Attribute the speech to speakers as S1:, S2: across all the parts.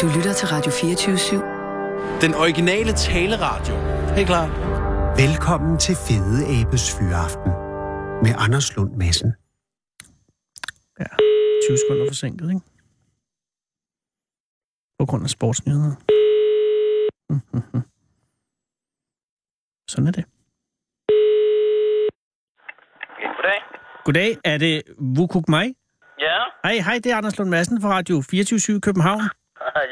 S1: Du lytter til Radio 24
S2: Den originale taleradio. Helt klart.
S3: Velkommen til Fede Abes Fyraften med Anders Lund Madsen.
S4: 20 sekunder forsinket, ikke? På grund af sportsnyheder. Mhm. Sådan er det.
S5: Goddag.
S4: Goddag, er det Vukuk Mai?
S5: Ja,
S4: Hej, hej, det er Anders Lund Madsen fra Radio 24 i København.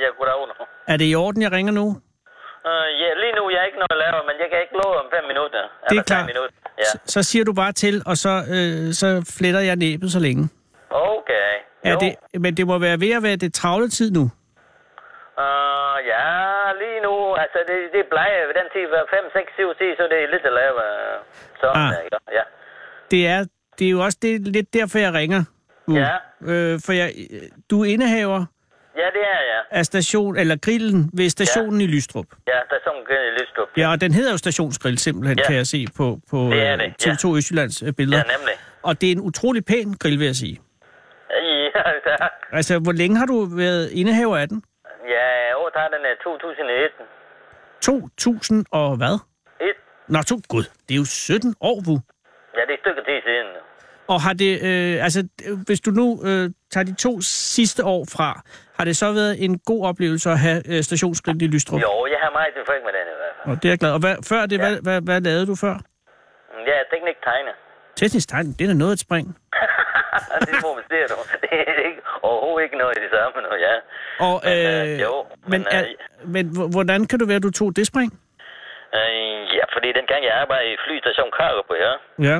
S5: ja, goddag. Uno.
S4: Er det i orden, jeg ringer nu?
S5: Uh, ja, lige nu er jeg ikke noget at lave, men jeg kan ikke love om fem minutter.
S4: Det
S5: Eller
S4: er
S5: fem
S4: klart.
S5: Minutter. Ja.
S4: S- Så siger du bare til, og så, øh, så fletter jeg næbet så længe.
S5: Okay.
S4: Er
S5: Jo.
S4: det, men det må være ved at være det travle tid nu.
S5: Øh, ja, lige nu, altså det, det plejer ved den tid at være 5, 6, 7, 10, så det er lidt at lave. øh, Sådan,
S4: Ah.
S5: ah. ikke? Ja.
S4: Det er, det er jo også det, er lidt derfor, jeg ringer. Nu.
S5: Ja.
S4: Øh, for jeg, øh, du er indehaver
S5: ja, det er jeg.
S4: af station, eller grillen ved stationen ja. i Lystrup.
S5: Ja, der er sådan en lystop.
S4: Ja, og den hedder jo Stationsgrill simpelthen, ja.
S5: Ja.
S4: kan jeg se på, på
S5: Det er
S4: øh,
S5: det, ja.
S4: TV2 Østjyllands øh, billeder.
S5: Ja, nemlig.
S4: og det er en utrolig pæn grill, vil jeg sige.
S5: Ja, tak.
S4: Altså, hvor længe har du været indehaver af den?
S5: Ja, året har den øh, er 2001.
S4: 2000 og hvad?
S5: Et.
S4: Nå, to, gud, det er jo 17 år, vu.
S5: Ja, det er et stykke tid siden.
S4: Og har det, øh, altså, d- hvis du nu øh, tager de to sidste år fra, har det så været en god oplevelse at have øh, stationsgrillen i Lystrup?
S5: Jo, jeg har meget tilfreds med den i hvert fald.
S4: Og det er jeg glad. Og hvad, før det, ja. hvad, hvad, hvad lavede du før?
S5: Ja, teknik tegner.
S4: Teknisk tegn, det er da noget at springe.
S5: det må man se, du. Det er ikke, overhovedet ikke noget i det samme nu, ja.
S4: Og,
S5: Men,
S4: øh,
S5: øh, jo,
S4: men,
S5: men,
S4: er,
S5: øh,
S4: men h- hvordan kan du være, at du tog det spring?
S5: Øh, ja, fordi den gang jeg arbejder i flystation Karup, ja.
S4: Ja.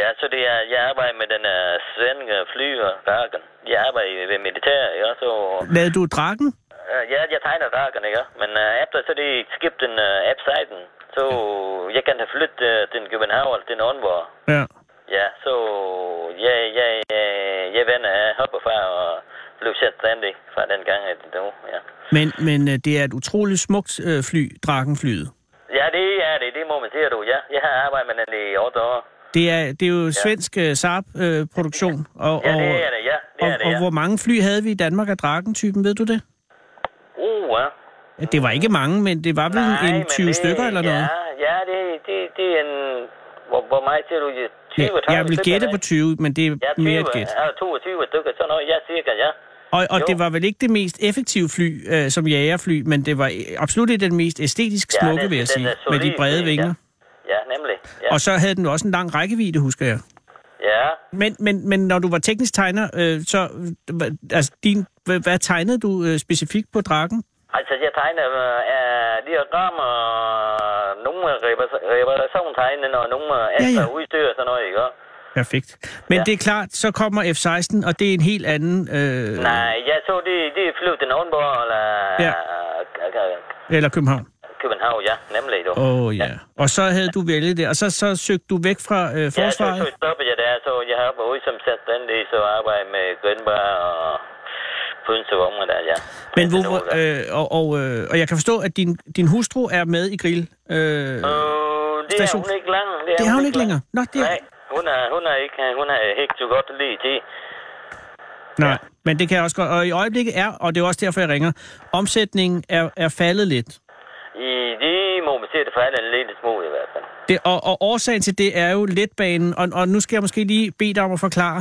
S5: Ja, så det er, jeg arbejder med den uh, svenske flyer, Draken. Jeg arbejder i- ved militæret, ja, så...
S4: Lagde du drakken?
S5: Uh, ja, jeg tegner Draken, ikke? Men uh, efter så det skib den uh, app-siden, så jeg kan have flyttet uh, den København til Nordborg.
S4: Ja.
S5: Ja, så jeg, jeg, jeg, jeg vender af hopper fra og blev selvstændig fra den gang, at det nu, ja.
S4: Men, men øh, det er et utroligt smukt øh, fly, drakenflyet.
S5: Ja, det er det. Det må man sige, du. Ja, jeg har arbejdet med den i 8 år.
S4: Det er, det er jo svensk øh, Saab-produktion. og,
S5: Ja,
S4: og,
S5: det er det, ja. Det er
S4: og,
S5: det,
S4: og
S5: ja.
S4: hvor mange fly havde vi i Danmark af drakentypen, ved du det?
S5: Uh, ja.
S4: Ja, det var ikke mange, men det var vel
S5: Nej,
S4: en
S5: men
S4: 20
S5: det-
S4: stykker eller noget?
S5: Ja, ja det, det, det er en... Hvor, hvor meget siger du? 20
S4: Ja, jeg vil
S5: stykker,
S4: gætte på
S5: ikke?
S4: 20, men det er
S5: Ja, 20,
S4: mere et gæt.
S5: Ja, 22 stykker, sådan noget. Ja, cirka, ja.
S4: Og, og
S5: Jo.
S4: det var vel ikke det mest effektive fly øh, som jagerfly, men det var øh, absolut ikke den mest æstetisk
S5: Ja,
S4: smukke,
S5: den-
S4: vil jeg
S5: den
S4: sige,
S5: er
S4: med de
S5: solid,
S4: brede
S5: ja.
S4: vinger.
S5: Ja, nemlig. Ja,
S4: Og så havde den også en lang rækkevidde, husker jeg.
S5: ja.
S4: Men, men, men når du var teknisk tegner, øh, så øh, hva- altså, din, hva- hvad tegnede du øh, specifikt på drakken?
S5: Altså, jeg tegner øh, diagrammer, og nogle repar- reparationstegnene og nogle øh,
S4: ja.
S5: ekstra udstyr og sådan noget, ikke?
S4: Perfekt. Men
S5: Ja.
S4: det er klart, så kommer F-16, og det er en helt anden... Øh,
S5: Nej, jeg så, de, de flyv til Nordborg eller
S4: Ja.
S5: ja.
S4: Eller København.
S5: København, ja, nemlig. Du.
S4: Åh, oh, ja. ja. Og så havde du vælget det, og så, så søgte du væk fra øh,
S5: Ja, så,
S4: forsvaret?
S5: så stoppede jeg der, så jeg har været ude som selvstændig, så arbejder med Grønberg og Pønsevonger der, ja.
S4: Men
S5: Indtil
S4: hvorfor,
S5: nu, da.
S4: øh, og, og, øh, og jeg kan forstå, at din, din hustru er med i grill. Øh,
S5: Øh, det er
S4: station-
S5: hun ikke lang.
S4: det har hun ikke længere. Nå, det er,
S5: Nej, hun er, hun er ikke, hun er ikke så godt lige til.
S4: nej, men det kan jeg også godt. Og i øjeblikket er, og det er også derfor, jeg ringer, omsætningen er, er faldet lidt.
S5: I det må man se, det falder en lille smule i hvert fald.
S4: Det, og, og årsagen til det er jo letbanen, og, og nu skal jeg måske lige bede dig om at forklare,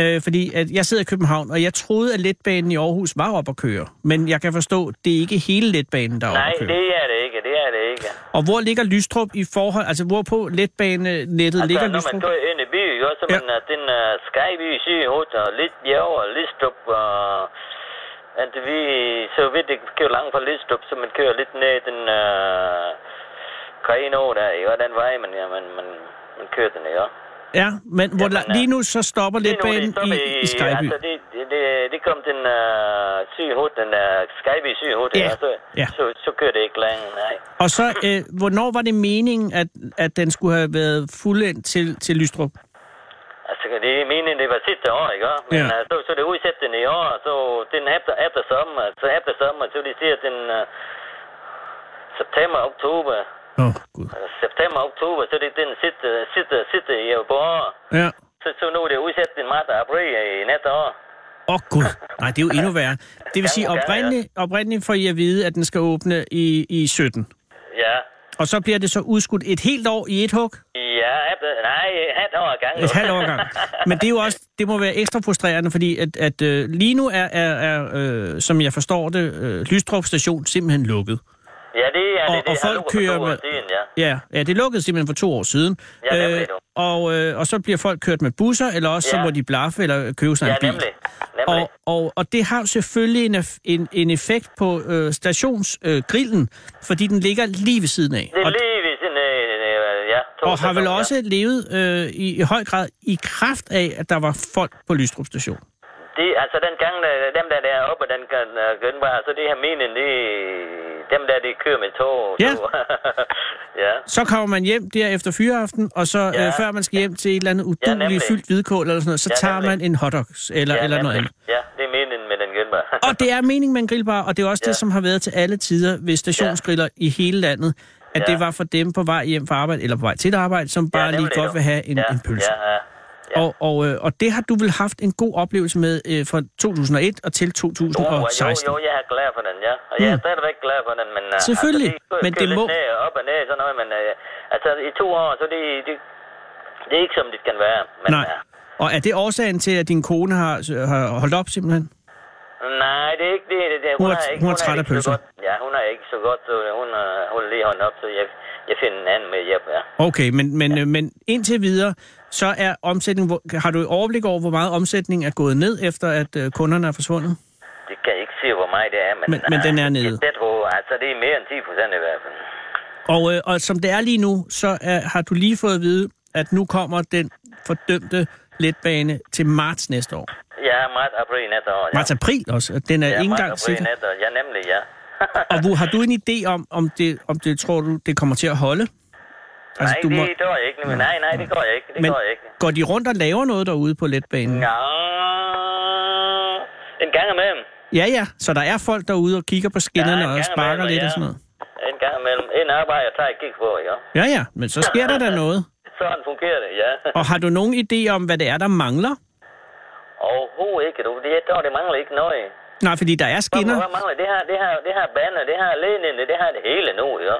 S4: øh, fordi at jeg sidder i København, og jeg troede, at letbanen i Aarhus var op at køre. Men jeg kan forstå, det er ikke hele letbanen, der er
S5: Nej,
S4: op at køre.
S5: det er det ikke, det er det ikke.
S4: Og hvor ligger Lystrup i forhold, altså hvor på letbanenettet altså, ligger
S5: når man
S4: Lystrup?
S5: kører ind i byen, ikke også, så
S4: Ja.
S5: ja. man er den uh, Skyby sygehus og lidt bjerg og Listrup og... At vi, så vidt det kører langt fra Listrup, så man kører lidt ned den uh, Greno der, ikke? Og den vej, man, ja, man, man, man kører den, ikke?
S4: Ja, men hvor,
S5: Jamen,
S4: la- lige nu så stopper
S5: Lige nu, det
S4: letbanen
S5: stopper
S4: i, i Skyby.
S5: Altså, det, det, det, det kom den uh, sygehus, den uh, Skyby sygehus,
S4: Ja.
S5: ja. så,
S4: Ja.
S5: så, så kører det ikke langt, nej.
S4: Og så, øh, hvornår var det meningen, at, at den skulle have været fuldendt til, til Lystrup?
S5: Altså, det er meningen, det var sidste år, ikke? også? Men
S4: Ja.
S5: ja. så, så det udsat den i år, så den efter, efter sommer, så efter sommer, så de siger den uh, september, oktober,
S4: Åh, oh, gud.
S5: altså, september, oktober, så det er den sidste, sidste, sidste i år på år.
S4: Ja.
S5: Så, så nu er det udsat den marts og april i næste år.
S4: Åh oh, gud, nej, det er jo endnu værre. Det vil sige,
S5: Ja, ja, ja.
S4: oprindeligt, oprindeligt får I at vide, at den skal åbne i, i 17.
S5: Ja.
S4: Og så bliver det så udskudt et helt år i et hug,
S5: Ja, ab- nej, et halvt år ad gangen.
S4: et halvt år gang. Men det er jo også, det må være ekstra frustrerende, fordi at, at øh, lige nu er, er, er øh, som jeg forstår det, øh, Lystrup station simpelthen lukket.
S5: Ja, det er
S4: Og-
S5: det. det
S4: og
S5: har
S4: folk
S5: lukket for
S4: kører
S5: to år
S4: med-
S5: Siden, ja.
S4: Ja, ja det lukkede simpelthen for to år siden.
S5: Ja, nemlig nu.
S4: og, øh, og så bliver folk kørt med busser, eller også ja. så
S5: Ja.
S4: må de blaffe eller købe sig
S5: ja,
S4: en bil.
S5: nemlig. nemlig.
S4: Og, og, og det har jo selvfølgelig en, eff- en, en effekt på øh, stationsgrillen, øh, grillen, fordi den ligger lige ved siden af.
S5: det er
S4: Og,
S5: lige ved siden af, øh, ja. to
S4: og har vel
S5: sæsoner.
S4: også levet øh, i, i høj grad i kraft af, at der var folk på Lystrup station.
S5: Det, altså den gang, øh, dem der er oppe, den kan uh, gønne altså det her menen, det dem der, de kører med tog.
S4: Ja.
S5: tog. ja.
S4: Så kommer man hjem der efter fyreaften, og så ja.
S5: Ja.
S4: øh, før man skal hjem til et eller andet uduligt
S5: nemlig.
S4: ja, fyldt hvidkål eller sådan noget, så
S5: Ja,
S4: ja, tager
S5: nemlig.
S4: man en hotdog eller,
S5: ja,
S4: ja, eller noget
S5: nemlig.
S4: andet.
S5: Ja, det er meningen med den gønne
S4: Og det er meningen med en grillbar, og det er også ja.
S5: Ja.
S4: det, som har været til alle tider ved stationsgriller ja. i hele landet, at ja.
S5: Ja.
S4: det var for dem på vej hjem fra arbejde, eller på vej til et arbejde, som bare ja, lige godt vil have en,
S5: ja,
S4: ja. en pølse.
S5: Ja, ja.
S4: Ja. Og, og, øh, og det har du vel haft en god oplevelse med øh, fra 2001 og til
S5: Jo, jo,
S4: 2016.
S5: jo, jeg er glad for den, ja. Og jeg er stadigvæk glad for den, men... øh,
S4: Mm. Selvfølgelig,
S5: altså, kører-
S4: men det
S5: kører lidt
S4: må-
S5: Ned, og op og ned, sådan noget, men... øh, altså, i to år, så det, det, det er ikke som det kan være. Men,
S4: Nej.
S5: øh,
S4: Og er det årsagen til, at din kone har, har holdt op simpelthen?
S5: Nej, det er ikke det. det, det
S4: Hun er-
S5: har ikke,
S4: hun er træt
S5: ikke
S4: af
S5: så
S4: pølser.
S5: godt- Ja, hun er ikke så godt, så hun øh, holder lige hånden op, så jeg, jeg finder en anden med hjælp, ja.
S4: Okay, men, men, ja. men indtil videre, så er omsætningen... hvor- Har du et overblik over, hvor meget omsætningen er gået ned, efter at øh, kunderne er forsvundet?
S5: Det kan jeg ikke sige, hvor meget det er, men...
S4: Men- men den er
S5: øh,
S4: nede.
S5: det- Det tror altså, det er mere end 10 procent i hvert fald.
S4: Og, øh, og som det er lige nu, så er, har du lige fået at vide, at nu kommer den fordømte letbane til marts næste år.
S5: Ja, marts, april næste år, ja.
S4: Marts-april også. og Den er
S5: ja,
S4: ikke
S5: marts,
S4: engang
S5: april
S4: sikker.
S5: næste år. Ja, nemlig, ja.
S4: Og hvor, har du en idé om, om det, om det tror du, det kommer til at holde?
S5: nej, det går jeg ikke. Men, nej, nej, det går jeg ikke. Det
S4: Altså, men
S5: går jeg ikke.
S4: går de rundt og laver noget derude på letbanen?
S5: Nå, en gang imellem.
S4: Ja, ja. Så der er folk derude og kigger på skinnerne
S5: Ja, en
S4: og
S5: gang
S4: sparker
S5: imellem,
S4: lidt
S5: ja.
S4: og sådan noget?
S5: En gang imellem. En arbejder tager et kig på, ja.
S4: Ja, ja. Men så sker der da noget.
S5: Sådan fungerer det, ja.
S4: Og har du nogen idé om, hvad det er, der mangler?
S5: Overhovedet ikke, du. Det, jeg tror, det mangler ikke noget.
S4: Nej, fordi der er
S5: Hvad,
S4: skinner.
S5: hvad mangler det her, det her, det her baner, det her ledende, det her det hele nu, jo. Jeg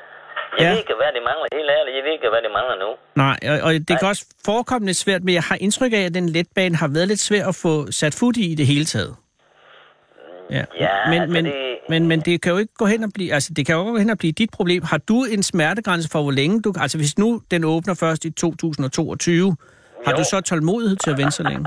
S4: Ja.
S5: ja. ved ikke, hvad det mangler, helt ærligt. Jeg ved ikke, hvad det mangler nu.
S4: Nej, og, og det kan også forekomme lidt svært, men jeg har indtryk af, at den letbane har været lidt svær at få sat fod i i det hele taget. Ja,
S5: Ja,
S4: men,
S5: altså
S4: men,
S5: det-
S4: men, men det kan jo ikke gå hen og blive, altså det kan jo ikke gå hen og blive dit problem. Har du en smertegrænse for, hvor længe du, altså hvis nu den åbner først i 2022, har
S5: Jo.
S4: du så tålmodighed til at vente så længe?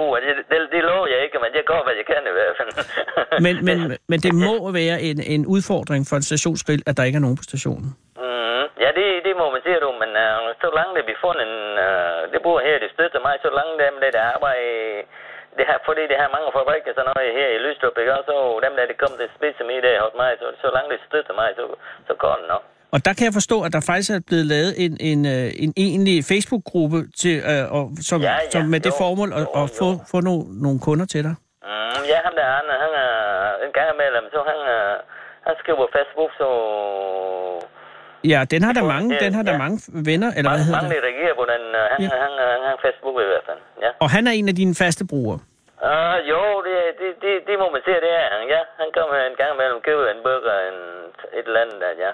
S5: Uh, det, det, det lover jeg ikke, men jeg går, hvad jeg kan i hvert fald.
S4: Men, men, men det må være en, en udfordring for en stationsgrill, at der ikke er nogen på stationen.
S5: Mm, ja, det, det må man sige, du, men uh, så langt det vi får en... Uh, det bor her, det støtter mig, så langt dem, der, der arbejder... Det her, fordi det her mange fabrikker, sådan noget her i Lystrup, ikke? Og så dem, der det kom til spidse med i dag hos mig, så, så langt det støtter mig, så, så går det nok.
S4: Og der kan jeg forstå, at der faktisk er blevet lavet en, en, øh, en egentlig Facebook-gruppe, til, øh, og, som, ja,
S5: Ja,
S4: ja,
S5: ja.
S4: som med jo, det
S5: Jo,
S4: formål at,
S5: jo,
S4: at få,
S5: jo.
S4: få no, nogle kunder til dig.
S5: Mm, ja, ham der Arne, han er en gang imellem, så han, øh, han skriver på Facebook, så
S4: Ja, den har der
S5: Jo,
S4: mange,
S5: det-
S4: den har der
S5: ja.
S4: mange venner, eller hvad
S5: mange,
S4: hedder
S5: mange
S4: det?
S5: der reagerer på den, øh, han,
S4: Ja.
S5: ja. han, han, han, han Facebook i hvert fald, ja.
S4: Og han er en af dine faste brugere.
S5: Uh, jo, det, det, det, det må man se, det er han, ja. Han kommer en gang imellem og køber en burger, en, et eller andet, der, ja.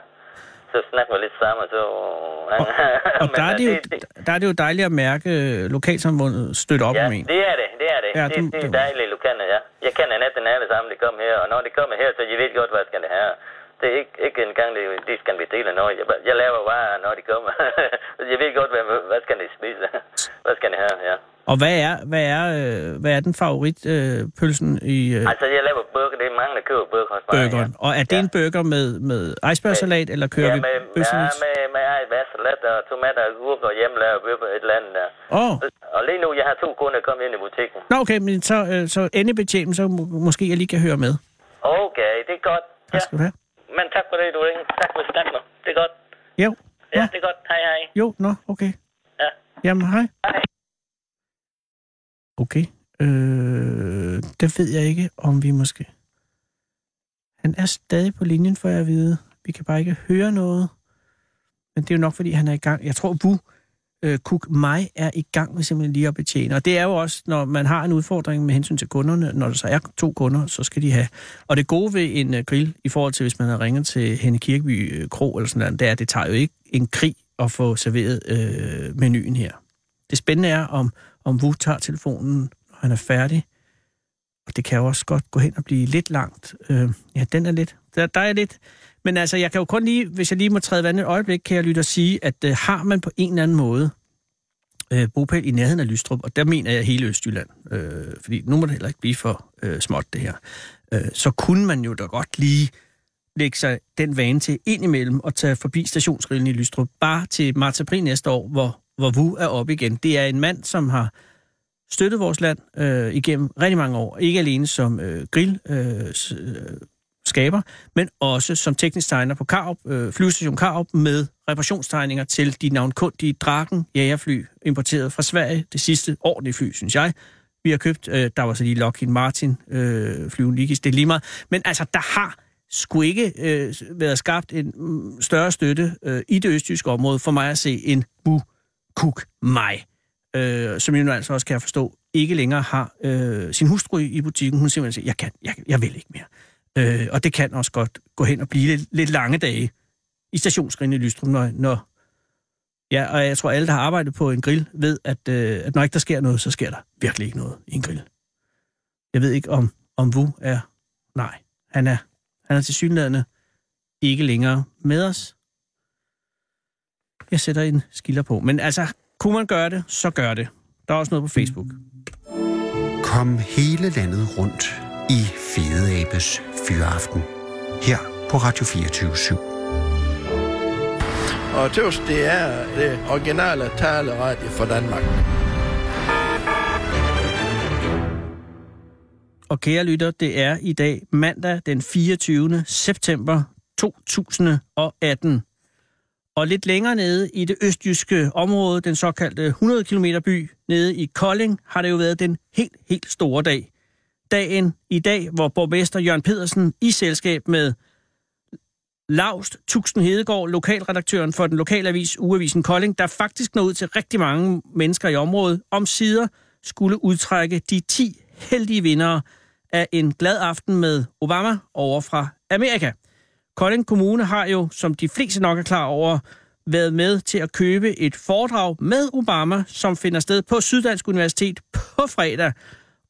S5: Så snakker vi lidt sammen, så... Han,
S4: Og, og der, er
S5: øh,
S4: det jo, der er det jo dejligt at mærke øh, lokalsamfundet støtte op
S5: Ja,
S4: om en.
S5: det er det, det er det.
S4: Ja,
S5: Ja, det,
S4: du-
S5: det, det er
S4: du-
S5: dejligt, Lukander, ja. Jeg kender næsten alle sammen, de kommer her, og når de kommer her, så jeg ved godt, hvad skal det her. Det er ikke, ikke engang, det, det skal vi dele noget. Jeg, bare- jeg laver bare, når de kommer. jeg ved godt, hvad, hvad skal de spise. hvad skal de have, ja.
S4: Og hvad er, hvad er, øh, hvad er den favoritpølsen øh, pølsen i øh,
S5: Altså, jeg laver burger, det er mange, der køber burger hos mig.
S4: burgeren?
S5: Ja.
S4: Og er det
S5: Ja.
S4: en burger med, med icebergsalat, eller kører
S5: Ja,
S4: vi
S5: med, ja,
S4: bøffelis?
S5: med, med, med hvad salat og tomater og gurker og hjemmelavet bøffer et eller andet der.
S4: Åh, oh.
S5: Og lige nu, jeg har to kunder, der kommer ind i butikken.
S4: Nå, okay, men så, øh, så endebetjening, så må, måske jeg lige kan høre med.
S5: Okay, det er godt.
S4: Tak skal du have.
S5: Men tak for det, du ringer. Tak for snakken. Det er godt.
S4: Jo,
S5: Ja,
S4: nå,
S5: det er godt. Hej, hej.
S4: jo, nå, okay.
S5: Ja.
S4: Jamen, hej.
S5: Hej.
S4: Okay, øh, det ved jeg ikke, om vi måske... Han er stadig på linjen, for jeg at vide. Vi kan bare ikke høre noget. Men det er jo nok, fordi han er i gang. Jeg tror, Wu øh, Cook mig er i gang med simpelthen lige at betjene. Og det er jo også, når man har en udfordring med hensyn til kunderne, når der så er to kunder, så skal de have. Og det gode ved en øh, grill, i forhold til hvis man har ringet til Henne Kirkeby øh, Kro eller sådan noget, det er, at det tager jo ikke en krig at få serveret øh, menuen her. Det spændende er, om, om Wu tager telefonen, når han er færdig. Og det kan jo også godt gå hen og blive lidt langt. Øh, ja, den er lidt. Der, der er lidt. Men altså, jeg kan jo kun lige, hvis jeg lige må træde vandet et øjeblik, kan jeg lytte og sige, at øh, har man på en eller anden måde øh, bopæl i nærheden af Lystrup, og der mener jeg hele Østjylland, øh, fordi nu må det heller ikke blive for øh, småt det her, øh, så kunne man jo da godt lige lægge sig den vane til indimellem og tage forbi stationsgrillen i Lystrup, bare til marts april næste år, hvor, hvor Wu er oppe igen. Det er en mand, som har støttet vores land øh, igennem rigtig mange år. Ikke alene som øh, grill, øh, s- øh, skaber, men også som teknisk tegner på Karup, øh, flyvestation Karup med reparationstegninger til de navnkundige Draken jagerfly, importeret fra Sverige. Det sidste ordentlige fly, synes jeg. Vi har købt, øh, der var så lige Lockheed Martin øh, flyven Ligis, det er lige meget. Men altså, der har sgu ikke øh, været skabt en mm, større støtte øh, i det østjyske område, for mig at se, en Bu Kuk Mai, øh, som jeg nu altså også kan jeg forstå, ikke længere har øh, sin hustru i, i butikken. Hun simpelthen siger, jeg kan, jeg, jeg vil ikke mere. Øh, og det kan også godt gå hen og blive lidt, lidt lange dage i stationsgrinden i Lystrup, når, når... Ja, og jeg tror, alle, der har arbejdet på en grill, ved, at, øh, at når ikke der sker noget, så sker der virkelig ikke noget i en grill. Jeg ved ikke, om, om Wu er... Nej, han er, han er til synlædende ikke længere med os. Jeg sætter en skiller på. Men altså, kunne man gøre det, så gør det. Der er også noget på Facebook.
S3: Kom hele landet rundt i Fede Abes Fyraften. Her på Radio 24 7.
S6: Og tøvs, det er det originale taleradio for Danmark.
S4: Og kære lytter, det er i dag mandag den 24. september 2018. Og lidt længere nede i det østjyske område, den såkaldte 100 km by nede i Kolding, har det jo været den helt, helt store dag. Dagen i dag, hvor borgmester Jørgen Pedersen i selskab med Laust Tuxen Hedegaard, lokalredaktøren for den lokale avis Ugeavisen Kolding, der faktisk nåede ud til rigtig mange mennesker i området, om sider skulle udtrække de 10 heldige vindere af en glad aften med Obama over fra Amerika. Kolding Kommune har jo, som de fleste nok er klar over, været med til at købe et foredrag med Obama, som finder sted på Syddansk Universitet på fredag.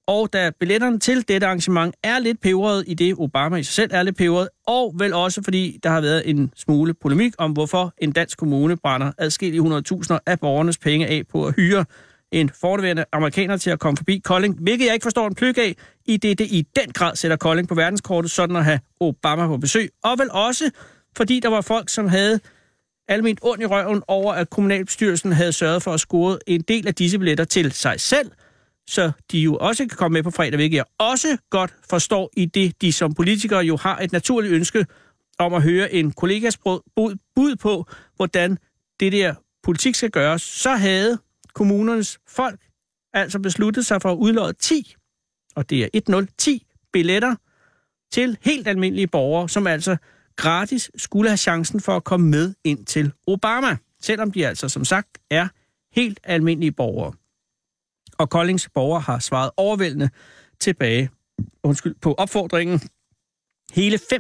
S4: Og da billetterne til dette arrangement er lidt peberet, i det Obama i sig selv er lidt peberet, og vel også fordi der har været en smule polemik om, hvorfor en dansk kommune brænder adskillige hundredtusinder af borgernes penge af på at hyre en forteværende amerikaner til at komme forbi Kolding, hvilket jeg ikke forstår en pløk af, i det det i den grad sætter Kolding på verdenskortet, sådan at have Obama på besøg. Og vel også, fordi der var folk, som havde almindeligt ondt i røven over, at kommunalbestyrelsen havde sørget for at score en del af disse billetter til sig selv, så de jo også kan komme med på fredag, hvilket jeg også godt forstår i det, de som politikere jo har et naturligt ønske om at høre en kollegas brød- bud bud på, hvordan det der politik skal gøres, så havde kommunernes folk altså besluttet sig for at udlåde 10, og det er 1-0, 10 billetter til helt almindelige borgere, som altså gratis skulle have chancen for at komme med ind til Obama, selvom de altså som sagt er helt almindelige borgere og Koldings borgere har svaret overvældende tilbage undskyld, på opfordringen. Hele 5.251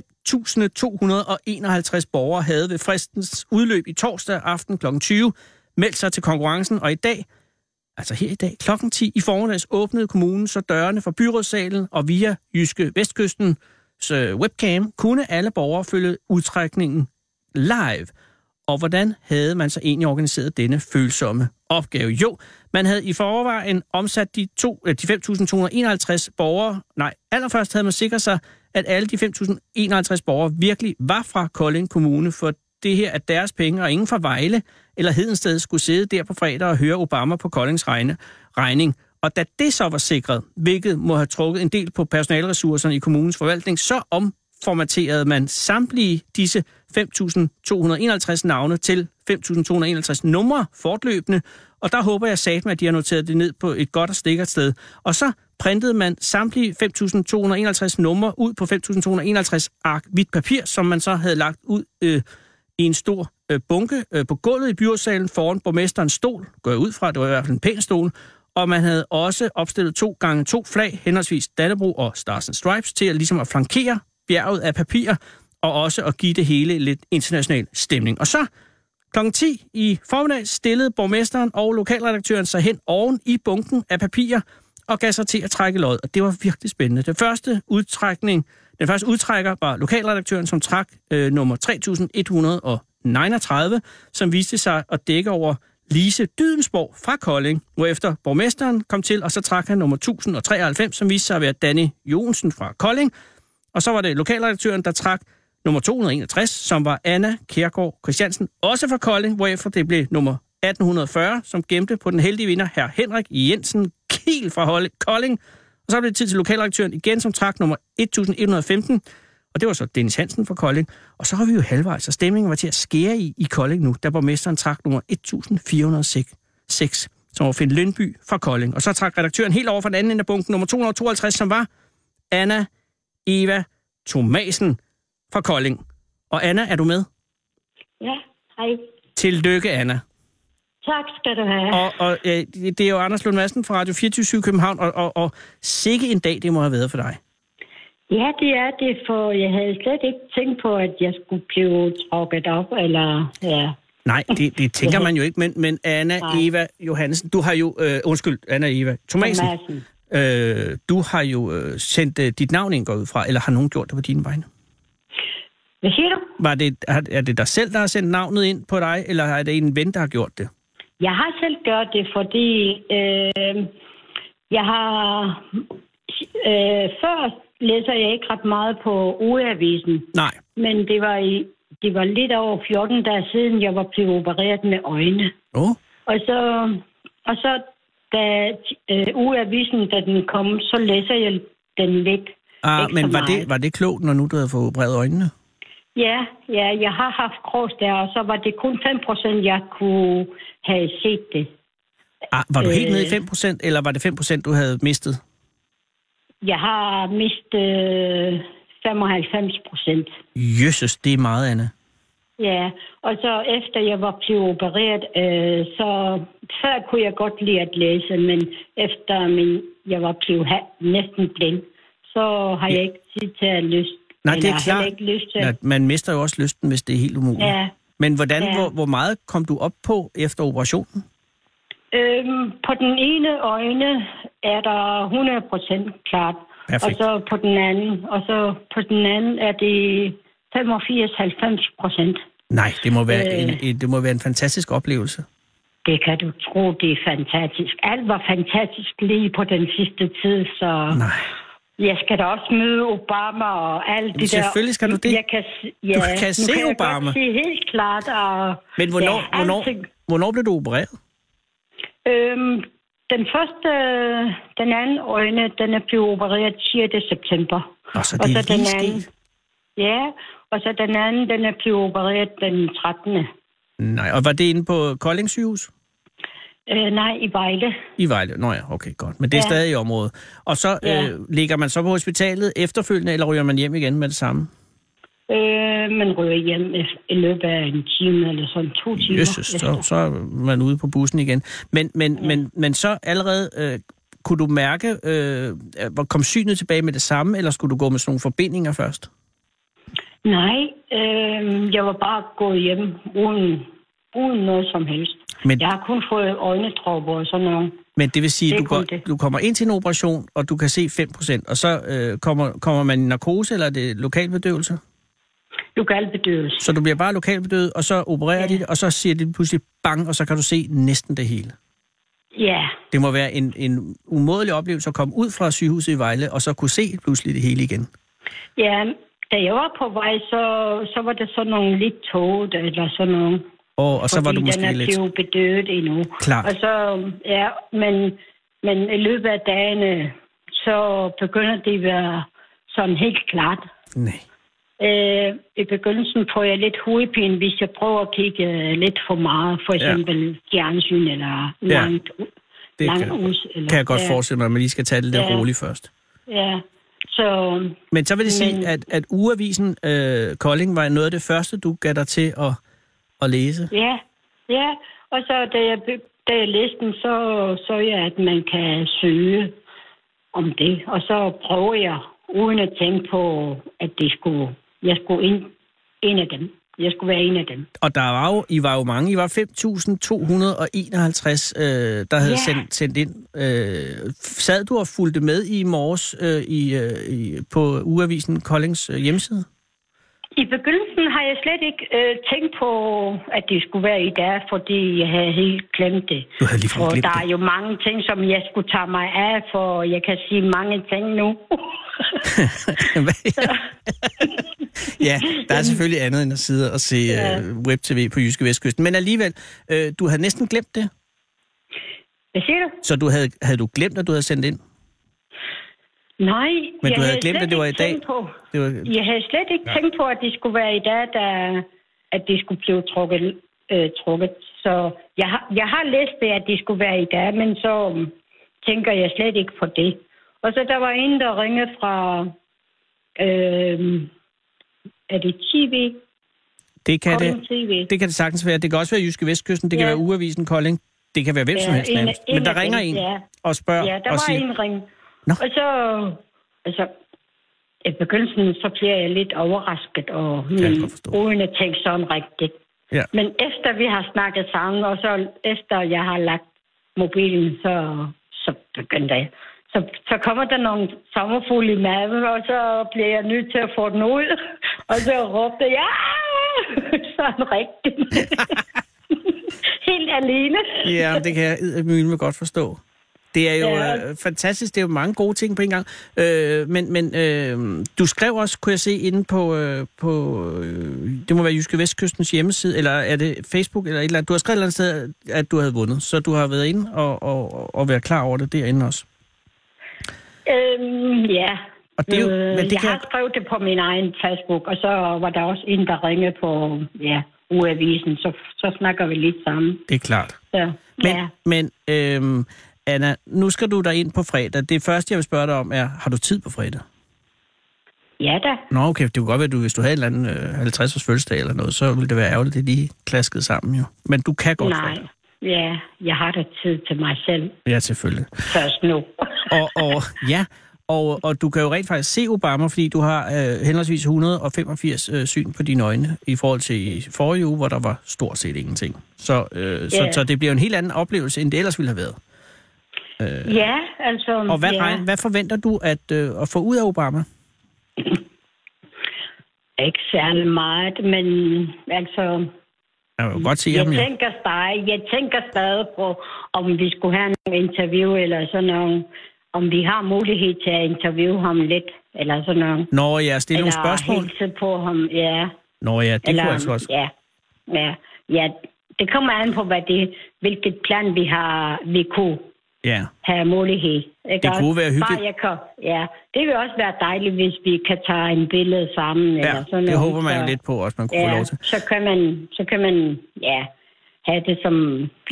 S4: borgere havde ved fristens udløb i torsdag aften kl. 20 meldt sig til konkurrencen, og i dag, altså her i dag kl. 10 i formiddags, åbnede kommunen så dørene fra byrådssalen og via Jyske Vestkysten webcam kunne alle borgere følge udtrækningen live. Og hvordan havde man så egentlig organiseret denne følsomme opgave? Jo, man havde i forvejen omsat de, to, øh, de 5.251 borgere. Nej, allerførst havde man sikret sig, at alle de 5.051 borgere virkelig var fra Kolding Kommune, for det her at deres penge, og ingen fra Vejle eller Hedensted skulle sidde der på fredag og høre Obama på Koldings regne, regning. Og da det så var sikret, hvilket må have trukket en del på personalressourcerne i kommunens forvaltning, så omformaterede man samtlige disse 5.251 navne til 5.251 numre fortløbende, og der håber jeg satme, at de har noteret det ned på et godt og stikkert sted. Og så printede man samtlige 5.251 numre ud på 5.251 ark hvidt papir, som man så havde lagt ud øh, i en stor øh, bunke øh, på gulvet i byrådssalen foran borgmesterens stol, går jeg ud fra, det var i hvert fald en pæn stol, og man havde også opstillet to gange to flag, henholdsvis Dannebro og Stars and Stripes, til at ligesom at flankere bjerget af papir, og også at give det hele lidt international stemning. Og så Kl. 10 i formiddag stillede borgmesteren og lokalredaktøren sig hen oven i bunken af papirer og gav sig til at trække lod, og det var virkelig spændende. Den første udtrækning, den første udtrækker var lokalredaktøren, som trak øh, nummer 3139, som viste sig at dække over Lise Dydensborg fra Kolding, hvorefter borgmesteren kom til, og så trak han nummer 1093, som viste sig at være Danny Jonsen fra Kolding, og så var det lokalredaktøren, der trak nummer 261, som var Anna Kærgaard Christiansen, også fra Kolding, hvorefter det blev nummer 1840, som gemte på den heldige vinder, herr Henrik Jensen Kiel fra Hol- Kolding. Og så blev det tid til lokalredaktøren igen, som trak nummer 1115, og det var så Dennis Hansen fra Kolding. Og så var vi jo halvvejs, og stemningen var til at skære i i Kolding nu, da borgmesteren trak nummer 1406, som var Finn Lønby fra Kolding. Og så trak redaktøren helt over fra den anden ende af bunken nummer 252, som var Anna Eva Thomasen fra Kolding. Og Anna, er du med?
S7: Ja, hej.
S4: Tillykke, Anna.
S7: Tak skal du have.
S4: Og, og øh, det er jo Anders Lund Madsen fra Radio 24 København, og, og, og sikke en dag, det må have været for dig.
S7: Ja, det er det, for jeg havde slet ikke tænkt på, at jeg skulle blive trukket op, eller ja.
S4: Nej, det, det tænker man jo ikke, men, men Anna
S7: Nej.
S4: Eva Johansen, du har jo, øh, undskyld, Anna Eva Thomasen,
S7: Madsen.
S4: øh, du har jo øh, sendt øh, dit navn ind, går jeg ud fra, eller har nogen gjort det på dine vegne?
S7: Hvad siger du?
S4: Var det, er, er det dig selv, der har sendt navnet ind på dig, eller er det en ven, der har gjort det?
S7: Jeg har selv gjort det, fordi øh, jeg har... Øh, før læser jeg ikke ret meget på ugeavisen,
S4: Nej.
S7: men det var, i, det var lidt over 14 dage siden, jeg var blevet opereret med øjne.
S4: Åh, oh,
S7: Og så, og så da øh, ugeavisen, da den kom, så læser jeg den lidt.
S4: ah,
S7: Ikke
S4: men
S7: så
S4: var det,
S7: meget.
S4: var det klogt, når nu du havde fået opereret øjnene?
S7: Ja, ja, jeg har haft kors der, og så var det kun 5 procent, jeg kunne have set det.
S4: Ah, var du helt nede i
S7: Øh.
S4: 5%, eller var det 5%, du havde mistet?
S7: Jeg har mistet øh, 95 procent.
S4: Jøsses, det er meget, Anna.
S7: Ja, og så efter jeg var blevet opereret, øh, så før kunne jeg godt lide at læse, men efter min, jeg var blevet ha- næsten blind, så har jeg ikke tid til at lyst.
S4: Nej, det
S7: eller
S4: er
S7: heller
S4: klart.
S7: ikke lyst til.
S4: Nej, man mister jo også lysten, hvis det er helt umuligt.
S7: Ja.
S4: Men hvordan,
S7: Ja.
S4: hvor, hvor meget kom du op på efter operationen?
S7: Øhm, på den ene øjne er der 100 procent klart,
S4: Perfekt.
S7: og så på den anden, og så på den anden er det 85-90 procent.
S4: Nej, det må være,
S7: Øh.
S4: en, en, det må være en fantastisk oplevelse.
S7: Det kan du tro, det er fantastisk. Alt var fantastisk lige på den sidste tid, så
S4: Nej.
S7: jeg skal da også møde Obama og alt det der.
S4: selvfølgelig skal du det.
S7: Jeg kan, s- ja,
S4: Du kan
S7: nu
S4: se
S7: kan Jeg
S4: Obama.
S7: godt se helt klart. Og,
S4: Men hvornår,
S7: ja,
S4: ja, hvornår,
S7: alting.
S4: hvornår blev du opereret?
S7: Øhm, den første, den anden øjne, den er blevet opereret 6. september.
S4: Nå, så det er lige sket.
S7: Ja, og så den anden, den er blevet opereret den 13.
S4: Nej, og var det inde på Kolding sygehus?
S7: Øh, nej, i Vejle.
S4: I Vejle? Nå ja, okay, godt. Men det er ja.
S7: Ja.
S4: stadig i området. Og så
S7: Ja.
S4: øh, ligger man så på hospitalet efterfølgende, eller ryger man hjem igen med det samme?
S7: Øh, man ryger hjem i- i løbet af en time eller sådan to timer.
S4: Jesus, så, så er man ude på bussen igen. Men, men, ja. men, men så allerede, øh, kunne du mærke, øh, hvor kom synet tilbage med det samme, eller skulle du gå med sådan nogle forbindinger først?
S7: Nej, øh, jeg var bare gået hjem uden, uden noget som helst.
S4: Men-
S7: Men... Jeg har kun fået øjnetropper og sådan noget.
S4: Men det vil sige,
S7: Det
S4: at
S7: er
S4: du,
S7: kun
S4: går,
S7: det.
S4: du kommer ind til en operation, og du kan se 5%, og så øh, kommer, kommer man i narkose, eller er det lokalbedøvelse?
S7: Lokalbedøvelse.
S4: Så du bliver bare lokalbedøvet, og så opererer ja. de det, og så siger de pludselig bang, og så kan du se næsten det hele.
S7: Ja,
S4: Det må være en, en umådelig oplevelse at komme ud fra sygehuset i Vejle, og så kunne se pludselig det hele igen.
S7: Ja, da jeg var på vej, så, så var det sådan nogle lidt tåget, eller sådan nogle.
S4: Og, og så var
S7: fordi
S4: du måske
S7: den er
S4: lidt...
S7: blevet bedøvet endnu.
S4: Klart.
S7: Og så, ja, men, men i løbet af dagene, så begynder det at være sådan helt klart.
S4: Nej.
S7: Øh, I begyndelsen får jeg lidt hovedpine, hvis jeg prøver at kigge øh, lidt for meget, for eksempel ja. fjernsyn eller
S4: Ja.
S7: langt,
S4: Det
S7: langt
S4: kan-
S7: hus. Eller,
S4: kan jeg godt
S7: ja,
S4: forestille mig, at man lige skal tage det lidt
S7: Ja.
S4: roligt først.
S7: Ja, så
S4: Men så vil det sige,
S7: Men-
S4: at, at ugeavisen øh, Kolding var noget af det første, du gav dig til at at læse?
S7: Ja, ja. Og så da jeg, be- da jeg læste den, så så jeg, at man kan søge om det. Og så prøver jeg, uden at tænke på, at det skulle, jeg skulle ind, en af dem. Jeg skulle være en af dem.
S4: Og der var jo, I var jo mange. I var 5.251, øh, der havde
S7: Ja.
S4: sendt, sendt ind. Øh, sad du og fulgte med i morges øh, i, øh, i, på ugeavisen Koldings øh, hjemmeside?
S7: I begyndelsen har jeg slet ikke øh, tænkt på, at det skulle være i dag, fordi jeg havde helt glemt det.
S4: Du havde lige
S7: og
S4: glemt
S7: der
S4: det.
S7: er jo mange ting, som jeg skulle tage mig af, for jeg kan sige mange ting nu.
S4: Hvad? ja, der er selvfølgelig andet end at sidde og se
S7: Ja.
S4: øh, web-tv på Jyske Vestkysten. Men alligevel, øh, du havde næsten glemt det.
S7: Hvad siger du?
S4: Så du havde, havde du glemt, at du havde sendt ind?
S7: Nej,
S4: Men
S7: jeg
S4: du havde
S7: havde
S4: glemt,
S7: slet
S4: at det var
S7: ikke
S4: i dag.
S7: tænkt På,
S4: Det var,
S7: jeg havde slet ikke ja. tænkt på, at det skulle være i dag, da, at det skulle blive trukket. Øh, trukket. Så jeg har, jeg har læst det, at det skulle være i dag, men så um, tænker jeg slet ikke på det. Og så der var en, der ringede fra... Øh, er det TV?
S4: det, kan
S7: Kolding
S4: det,
S7: TV.
S4: det kan det sagtens være. Det kan også være Jyske Vestkysten, det kan
S7: Ja.
S4: være Ugeavisen Kolding, det kan være hvem
S7: Ja,
S4: som helst
S7: en af-
S4: nærmest.
S7: en
S4: Men der
S7: af
S4: ringer
S7: dem,
S4: en
S7: ja.
S4: og spørger
S7: Ja, der
S4: og
S7: var
S4: siger,
S7: en ring.
S4: Nå.
S7: Og så, altså, i begyndelsen, så bliver jeg lidt overrasket, og
S4: jeg
S7: hmm,
S4: godt forstå.
S7: uden at tænke sådan rigtigt.
S4: Ja.
S7: Men efter vi har snakket sammen, og så efter jeg har lagt mobilen, så, så begyndte jeg. Så, så kommer der nogle sommerfugle i maven, og så bliver jeg nødt til at få den ud. Og så råbte jeg, ja! sådan rigtigt. Helt alene.
S4: Ja, men det kan jeg eddermyle godt forstå. Det er jo
S7: Ja.
S4: ja. øh, fantastisk. Det er jo mange gode ting på en gang. Øh, men men øh, du skrev også, kunne jeg se, inde på, øh, på øh, det må være Jyske Vestkystens hjemmeside, eller er det Facebook, eller et eller andet. Du har skrevet et eller andet sted, at du havde vundet. Så du har været inde og, og, og været klar over det derinde også.
S7: Øhm, ja.
S4: Og det er jo-
S7: øh,
S4: men det
S7: jeg
S4: kan-
S7: har skrevet det på min egen Facebook, og så var der også en, der ringede på ja, uavisen, så, så snakker vi lidt sammen.
S4: Det er klart.
S7: Så,
S4: Men,
S7: ja.
S4: men øh, Anna, nu skal du der ind på fredag. Det første, jeg vil spørge dig om, er, har du tid på fredag?
S7: ja da.
S4: Nå, okay, det kunne godt være, at du, hvis du havde en eller anden øh, 50-års fødselsdag eller noget, så ville det være ærgerligt, at det lige klaskede sammen jo. Men du kan godt
S7: Nej.
S4: fredag.
S7: Ja, jeg har da tid til mig selv
S4: Ja, selvfølgelig.
S7: først nu.
S4: Og, og ja, og, og du kan jo rent faktisk se Obama, fordi du har øh, henholdsvis 185 øh, syn på dine øjne i forhold til i forrige uge, hvor der var stort set ingenting. Så, øh, så,
S7: Ja.
S4: så det bliver jo en helt anden oplevelse, end det ellers ville have været.
S7: ja, altså...
S4: Øh. Og hvad,
S7: ja.
S4: regn, hvad forventer du at, øh, at få ud af Obama?
S7: Ikke særlig meget, men altså...
S4: Jeg kan jo godt se
S7: Jeg
S4: ham, jo.
S7: tænker, stadig, jeg tænker stadig på, om vi skulle have nogle interview eller sådan noget. Om vi har mulighed til at interviewe ham lidt, eller sådan noget.
S4: Nå ja, stille
S7: eller
S4: nogle spørgsmål.
S7: hilse på ham, ja.
S4: Nå ja, det
S7: eller,
S4: kunne altså også.
S7: Ja, ja, ja. Det kommer an på, hvad det, hvilket plan vi har, vi kunne
S4: Ja.
S7: have mulighed. Ikke
S4: Det
S7: også?
S4: kunne være hyggeligt.
S7: Bare jeg kan, ja, det vil også være dejligt, hvis vi kan tage en billede sammen. eller
S4: Ja,
S7: sådan
S4: det
S7: noget.
S4: håber man jo
S7: Så-
S4: lidt på, også man kunne få
S7: Ja,
S4: lov til.
S7: så kan man, så kan man ja, have det som...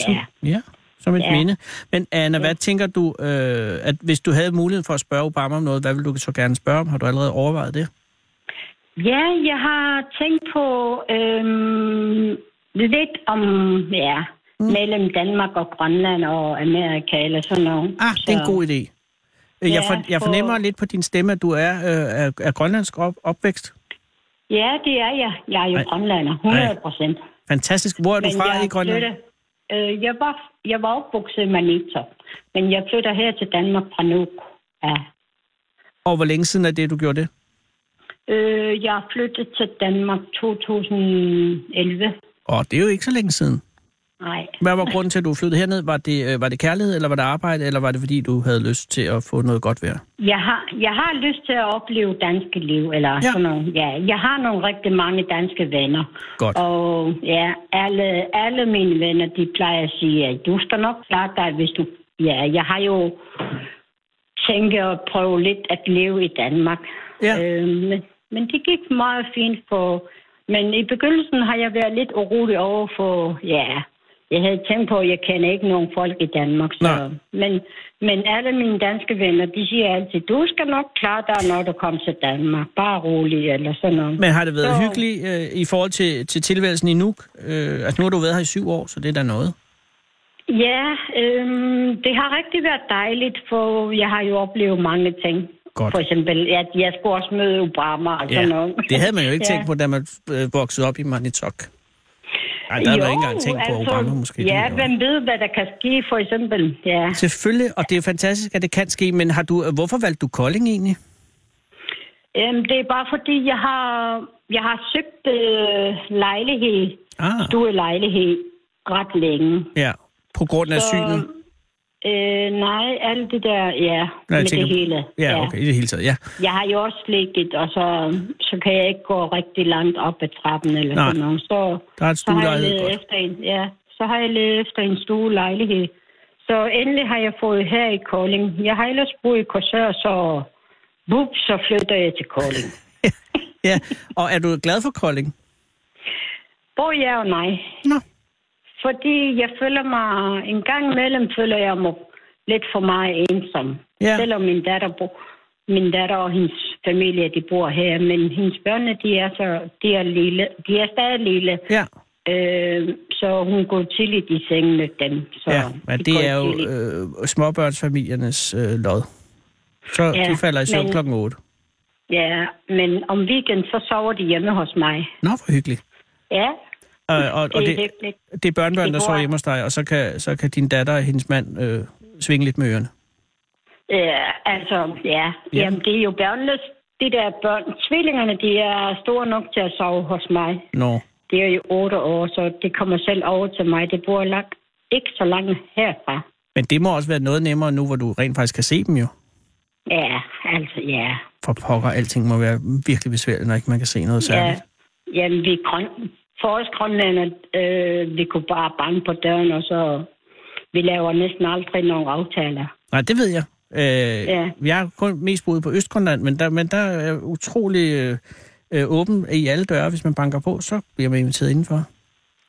S7: Ja.
S4: Ja, som et ja.
S7: Ja.
S4: minde. Men Anna, hvad tænker du, øh, at hvis du havde muligheden for at spørge Obama om noget, hvad ville du så gerne spørge om? Har du allerede overvejet det?
S7: ja, jeg har tænkt på øhm, lidt om ja, mm. mellem Danmark og Grønland og Amerika eller sådan noget.
S4: Ah, det er en
S7: Så-
S4: god idé. Øh, Jeg,
S7: Ja,
S4: for, jeg
S7: for-
S4: fornemmer lidt på din stemme, at du er øh, af, af grønlandsk op, opvækst.
S7: Ja, det er jeg. Jeg er jo
S4: Ej.
S7: grønlander, 100 procent.
S4: Fantastisk. Hvor er du fra i Grønland?
S7: Øh, jeg, var, jeg var opvokset i Manito, men jeg flytter her til Danmark fra Nuuk. Ja.
S4: Og hvor længe siden er det, du gjorde det?
S7: Øh, jeg flyttede til Danmark 2011.
S4: Åh, det er jo ikke så længe siden.
S7: Nej.
S4: Hvad var grunden til, at du flyttede herned? Var det, øh, var det kærlighed, eller var det arbejde, eller var det, fordi du havde lyst til at få noget godt vejr?
S7: Jeg har, jeg har lyst til at opleve danske liv, eller ja. sådan noget. Ja, jeg har nogle rigtig mange danske venner.
S4: Godt.
S7: Og ja, alle, alle mine venner, de plejer at sige, at du skal nok klare dig, hvis du... Ja, jeg har jo tænkt at prøve lidt at leve i Danmark.
S4: Ja.
S7: Øh, men, men det gik meget fint for... Men i begyndelsen har jeg været lidt urolig over for, ja, Jeg havde tænkt på, at jeg kender ikke nogen folk i Danmark.
S4: Nej.
S7: Så. Men, men alle mine danske venner, de siger altid, du skal nok klare dig, når du kommer til Danmark. Bare rolig eller sådan noget.
S4: Men har det været
S7: Så-
S4: så... hyggeligt øh, i forhold til, til tilværelsen i Nuuk? Øh, altså, nu har du været her i syv år, så det er da noget.
S7: Ja, øhm, det har rigtig været dejligt, for jeg har jo oplevet mange ting.
S4: Godt.
S7: For eksempel, at jeg skulle også møde Obama og sådan noget.
S4: det havde man jo ikke ja. tænkt på, da man øh, voksede op i Manitok. Ej, der havde man ikke engang tænkt på Obama, måske.
S7: altså, Ja,
S4: Det er jo-
S7: hvem ved, hvad der kan ske, for eksempel. Ja.
S4: Selvfølgelig, og det er fantastisk, at det kan ske, men har du, øh, hvorfor valgte du Kolding egentlig?
S7: Øhm, det er bare fordi, jeg har, jeg har søgt øh, lejlighed,
S4: Ah,
S7: du er lejlighed, ret længe.
S4: ja, på grund af
S7: Så-
S4: synet.
S7: Øh, nej, alt det der, ja,
S4: Når jeg
S7: med det hele.
S4: Ja, okay, i det hele taget, ja.
S7: Jeg har jo også slikket, og så, så kan jeg ikke gå rigtig langt op ad trappen eller
S4: Nej.
S7: sådan noget. Så,
S4: Der er et
S7: så har jeg
S4: stuelejlighed,
S7: ledet
S4: godt.
S7: efter en, ja, så har jeg ledet efter en stuelejlighed. Så endelig har jeg fået her i Kolding. Jeg har ellers boet i Korsør, så bup, så flytter jeg til Kolding.
S4: ja. Og er du glad for Kolding?
S7: Både ja og nej.
S4: Nå.
S7: Fordi jeg føler mig, en gang imellem føler jeg mig lidt for meget ensom.
S4: Ja.
S7: Selvom min datter, bo, min datter og hendes familie, de bor her, men hendes børnene, de er, så, de er, lille, de er stadig lille.
S4: Ja.
S7: Øh, så hun går tidligt i seng med dem. Så
S4: Ja, men
S7: de går
S4: det er jo
S7: tidligt.
S4: øh, småbørnsfamiliernes øh, lod. Så ja,
S7: Ja,
S4: de falder i søvn
S7: men-
S4: klokken 8.
S7: Ja, men om weekenden, så sover de hjemme hos mig.
S4: Nå, hvor hyggeligt.
S7: Ja,
S4: Og, og,
S7: det
S4: og
S7: er
S4: det,
S7: hyggeligt.
S4: det er børnebørn,
S7: Det
S4: der
S7: bor-
S4: sover hjemme hos dig, og så kan, så kan din datter og hendes mand øh, svinge lidt med ørerne.
S7: Ja, altså, ja. Jamen, det er jo børnløst. De der børn, tvillingerne, de er store nok til at sove hos mig.
S4: Nå,
S7: Det er jo otte år, så det kommer selv over til mig. Det bor langt, ikke så langt herfra.
S4: men det må også være noget nemmere nu, hvor du rent faktisk kan se dem jo.
S7: Ja, altså, ja.
S4: For pokker, alting må være virkelig besværligt, når ikke man kan se noget
S7: ja.
S4: særligt.
S7: Jamen, vi er grøn. For os grønlænder, øh, vi kunne bare banke på døren, og så... Vi laver næsten aldrig nogen aftaler.
S4: Nej, det ved jeg. Øh, ja.
S7: Ja.
S4: Jeg har kun mest boet på Østgrønland, men der, men der er utrolig øh, øh, åben i alle døre. Hvis man banker på, så bliver man inviteret indenfor.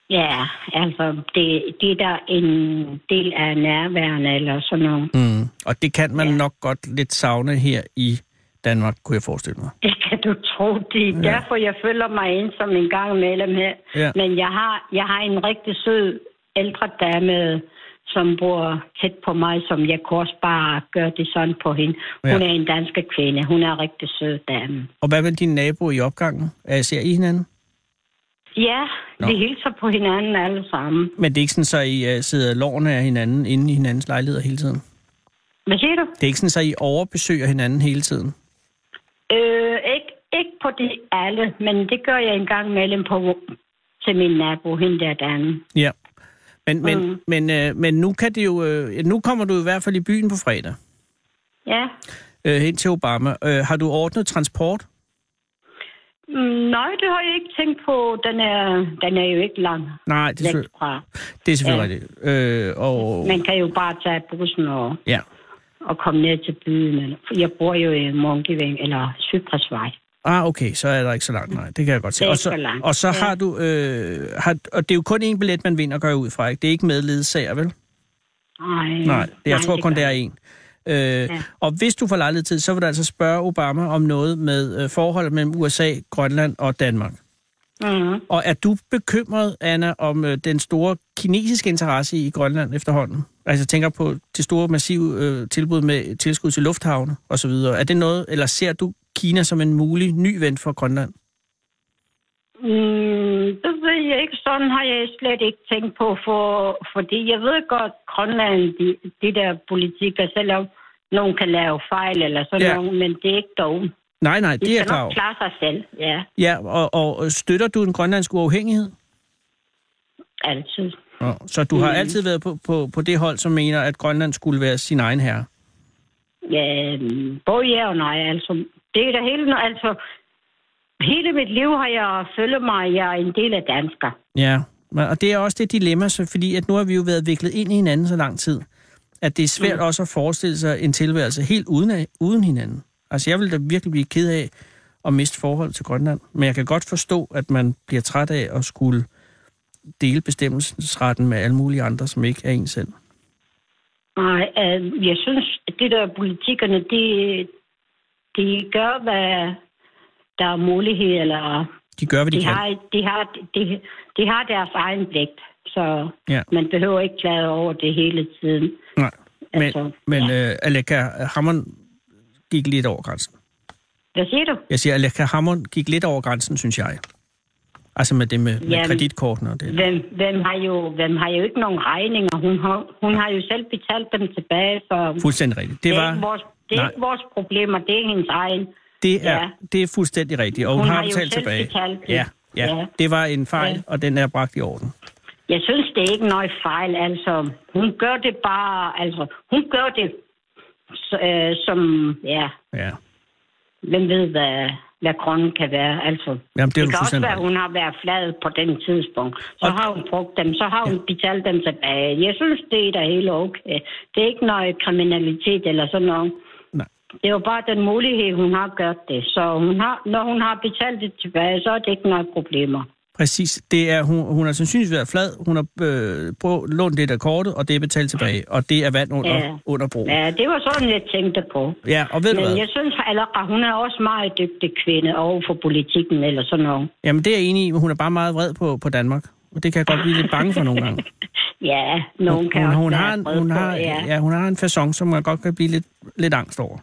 S7: Ja, altså, det, det er der en del af nærværende eller sådan noget.
S4: Mm. Og det kan man ja.
S7: Ja.
S4: nok godt lidt savne her i Danmark, kunne jeg forestille mig.
S7: Det kan du tro, det er ja. derfor, jeg føler mig ensom en gang imellem her.
S4: Ja.
S7: Men jeg har, jeg har en rigtig sød ældre dame, som bor tæt på mig, som jeg kunne også bare gøre det sådan på hende. Hun
S4: Ja.
S7: ja. er en dansk kvinde. Hun er en rigtig sød dame.
S4: Og hvad med dine naboer i opgangen? Er ser I hinanden?
S7: Ja,
S4: Nå.
S7: Nå. vi hilser på hinanden alle sammen.
S4: Men det er ikke sådan, så I uh, sidder lårene af hinanden inde i hinandens lejligheder hele tiden?
S7: Hvad siger du?
S4: Det er ikke sådan, så I overbesøger hinanden hele tiden?
S7: Øh, ikke, ikke på de alle, men det gør jeg en gang imellem på, til min nabo, hende der dame.
S4: Ja. Men, men, mm.
S7: Mm.
S4: men, øh, men nu, kan det jo, øh, nu kommer du i hvert fald i byen på fredag.
S7: Ja.
S4: øh, hen til Obama. Øh, har du ordnet transport?
S7: Mm, Nej, det har jeg ikke tænkt på. Den er, den er jo ikke lang.
S4: Nej, det er,
S7: væk
S4: selvfø-
S7: fra.
S4: det er selvfølgelig rigtigt. Øh, og,
S7: Man kan jo bare tage bussen og,
S4: ja.
S7: og komme ned til byen. eller- for Jeg bor jo i Munkeving eller Sydpresvej.
S4: Ah, okay, så er der ikke så langt. Nej, det kan jeg godt se.
S7: Det er
S4: Og
S7: ikke så
S4: så,
S7: langt,
S4: og så
S7: ja.
S4: har du... Øh, har, og det er jo kun én billet, man vinder, går jeg ud fra, ikke? Det er ikke med ledsager, vel?
S7: Nej,
S4: Nej, det, jeg tror kun,
S7: gør
S4: der
S7: jeg
S4: er én. Øh, ja. Og hvis du får lejlighed til, så vil du altså spørge Obama om noget med øh, forholdet mellem USA, Grønland og Danmark.
S7: ikke. Mhm.
S4: Og er du bekymret, Anna, om øh, den store kinesiske interesse i Grønland efterhånden? Altså jeg tænker på det store massive øh, tilbud med tilskud til lufthavne osv. Er det noget, eller ser du Kina som en mulig ny ven for Grønland?
S7: Mm, det ved jeg ikke. Sådan har jeg slet ikke tænkt på, for, fordi jeg ved godt, Grønland, de, de der politikere, selvom nogen kan lave fejl eller sådan
S4: Ja.
S7: ja. noget, men det er ikke dog.
S4: Nej, nej,
S7: De
S4: det er
S7: skal nok
S4: klart.
S7: klare sig selv, ja,
S4: Ja, og, og støtter du den grønlandske uafhængighed?
S7: altid.
S4: Nå, Så du har altid været på, på, på det hold, som mener, at Grønland skulle være sin egen herre?
S7: Ja, både ja og nej. Altså, det er da hele, altså, hele mit liv har jeg følt mig, at jeg er en del af dansker.
S4: Ja, men- og det er også det dilemma, så, fordi at nu har vi jo været viklet ind i hinanden så lang tid, at det er svært mm. også at forestille sig en tilværelse helt uden, af, uden hinanden. Altså jeg ville da virkelig blive ked af at miste forhold til Grønland, men jeg kan godt forstå, at man bliver træt af at skulle dele bestemmelsesretten med alle mulige andre, som ikke er en selv.
S7: Nej, øh, jeg synes, at det der politikerne, de, de gør, hvad der er mulighed, eller
S4: De gør, hvad de,
S7: de,
S4: kan.
S7: har, de, har, de, de har deres egen pligt, så
S4: Ja.
S7: man behøver ikke klage over det hele tiden.
S4: Nej. Men,
S7: Altså,
S4: men øh, Aleka Hammond gik lidt over grænsen.
S7: Hvad siger du?
S4: Jeg siger, Aleka Hammond gik lidt over grænsen, synes jeg. Altså med det med, med
S7: Jamen.
S4: kreditkortene og det.
S7: Hvem, hvem, har jo, hvem har jo ikke nogen regninger? Hun har, hun har jo selv betalt dem tilbage, så
S4: Fuldstændig rigtigt. Det,
S7: det er,
S4: var,
S7: ikke, vores, det er
S4: nej.
S7: ikke vores problemer, det er hendes egen.
S4: det, er,
S7: ja.
S4: det er fuldstændig rigtigt, og hun,
S7: Hun
S4: har
S7: har jo
S4: betalt
S7: selv
S4: tilbage.
S7: betalt det.
S4: ja, ja,
S7: Ja.
S4: det var en fejl,
S7: Ja.
S4: og den er bragt i orden.
S7: Jeg synes, det er ikke noget fejl, altså. Hun gør det bare, altså, hun gør det, så, øh, som, ja,
S4: Ja.
S7: hvem ved, hvad, hvad grunden kan være, altså.
S4: Jamen, det er du
S7: kan også
S4: fuldstændig
S7: være,
S4: ret i.
S7: hun har været flad på den tidspunkt. Så
S4: Og-
S7: har hun brugt dem, så har hun betalt dem tilbage. Jeg synes, det er da helt okay. Det er ikke noget kriminalitet eller sådan noget.
S4: Nej.
S7: Det er jo bare den mulighed, hun har gjort det. Så hun har, når hun har betalt det tilbage, så er det ikke noget problemer.
S4: Præcis. Det er, hun, hun har sandsynligvis været flad, hun har øh, prøvet, lånt lidt af kortet, og det er betalt tilbage, og det er vand under,
S7: Ja.
S4: under broen.
S7: Ja, det var sådan, jeg tænkte på.
S4: Ja, og ved du hvad?
S7: Men jeg synes, at hun er også meget dygtig kvinde over for politikken eller sådan noget.
S4: Jamen, det er jeg enig i, men hun er bare meget vred på, på Danmark. Og det kan jeg godt blive lidt bange for nogle gange.
S7: Ja, nogen kan
S4: hun,
S7: også
S4: hun,
S7: være
S4: har en,
S7: vred
S4: hun,
S7: på,
S4: har,
S7: ja.
S4: ja, hun har en façon, som man godt kan blive lidt, lidt angst over.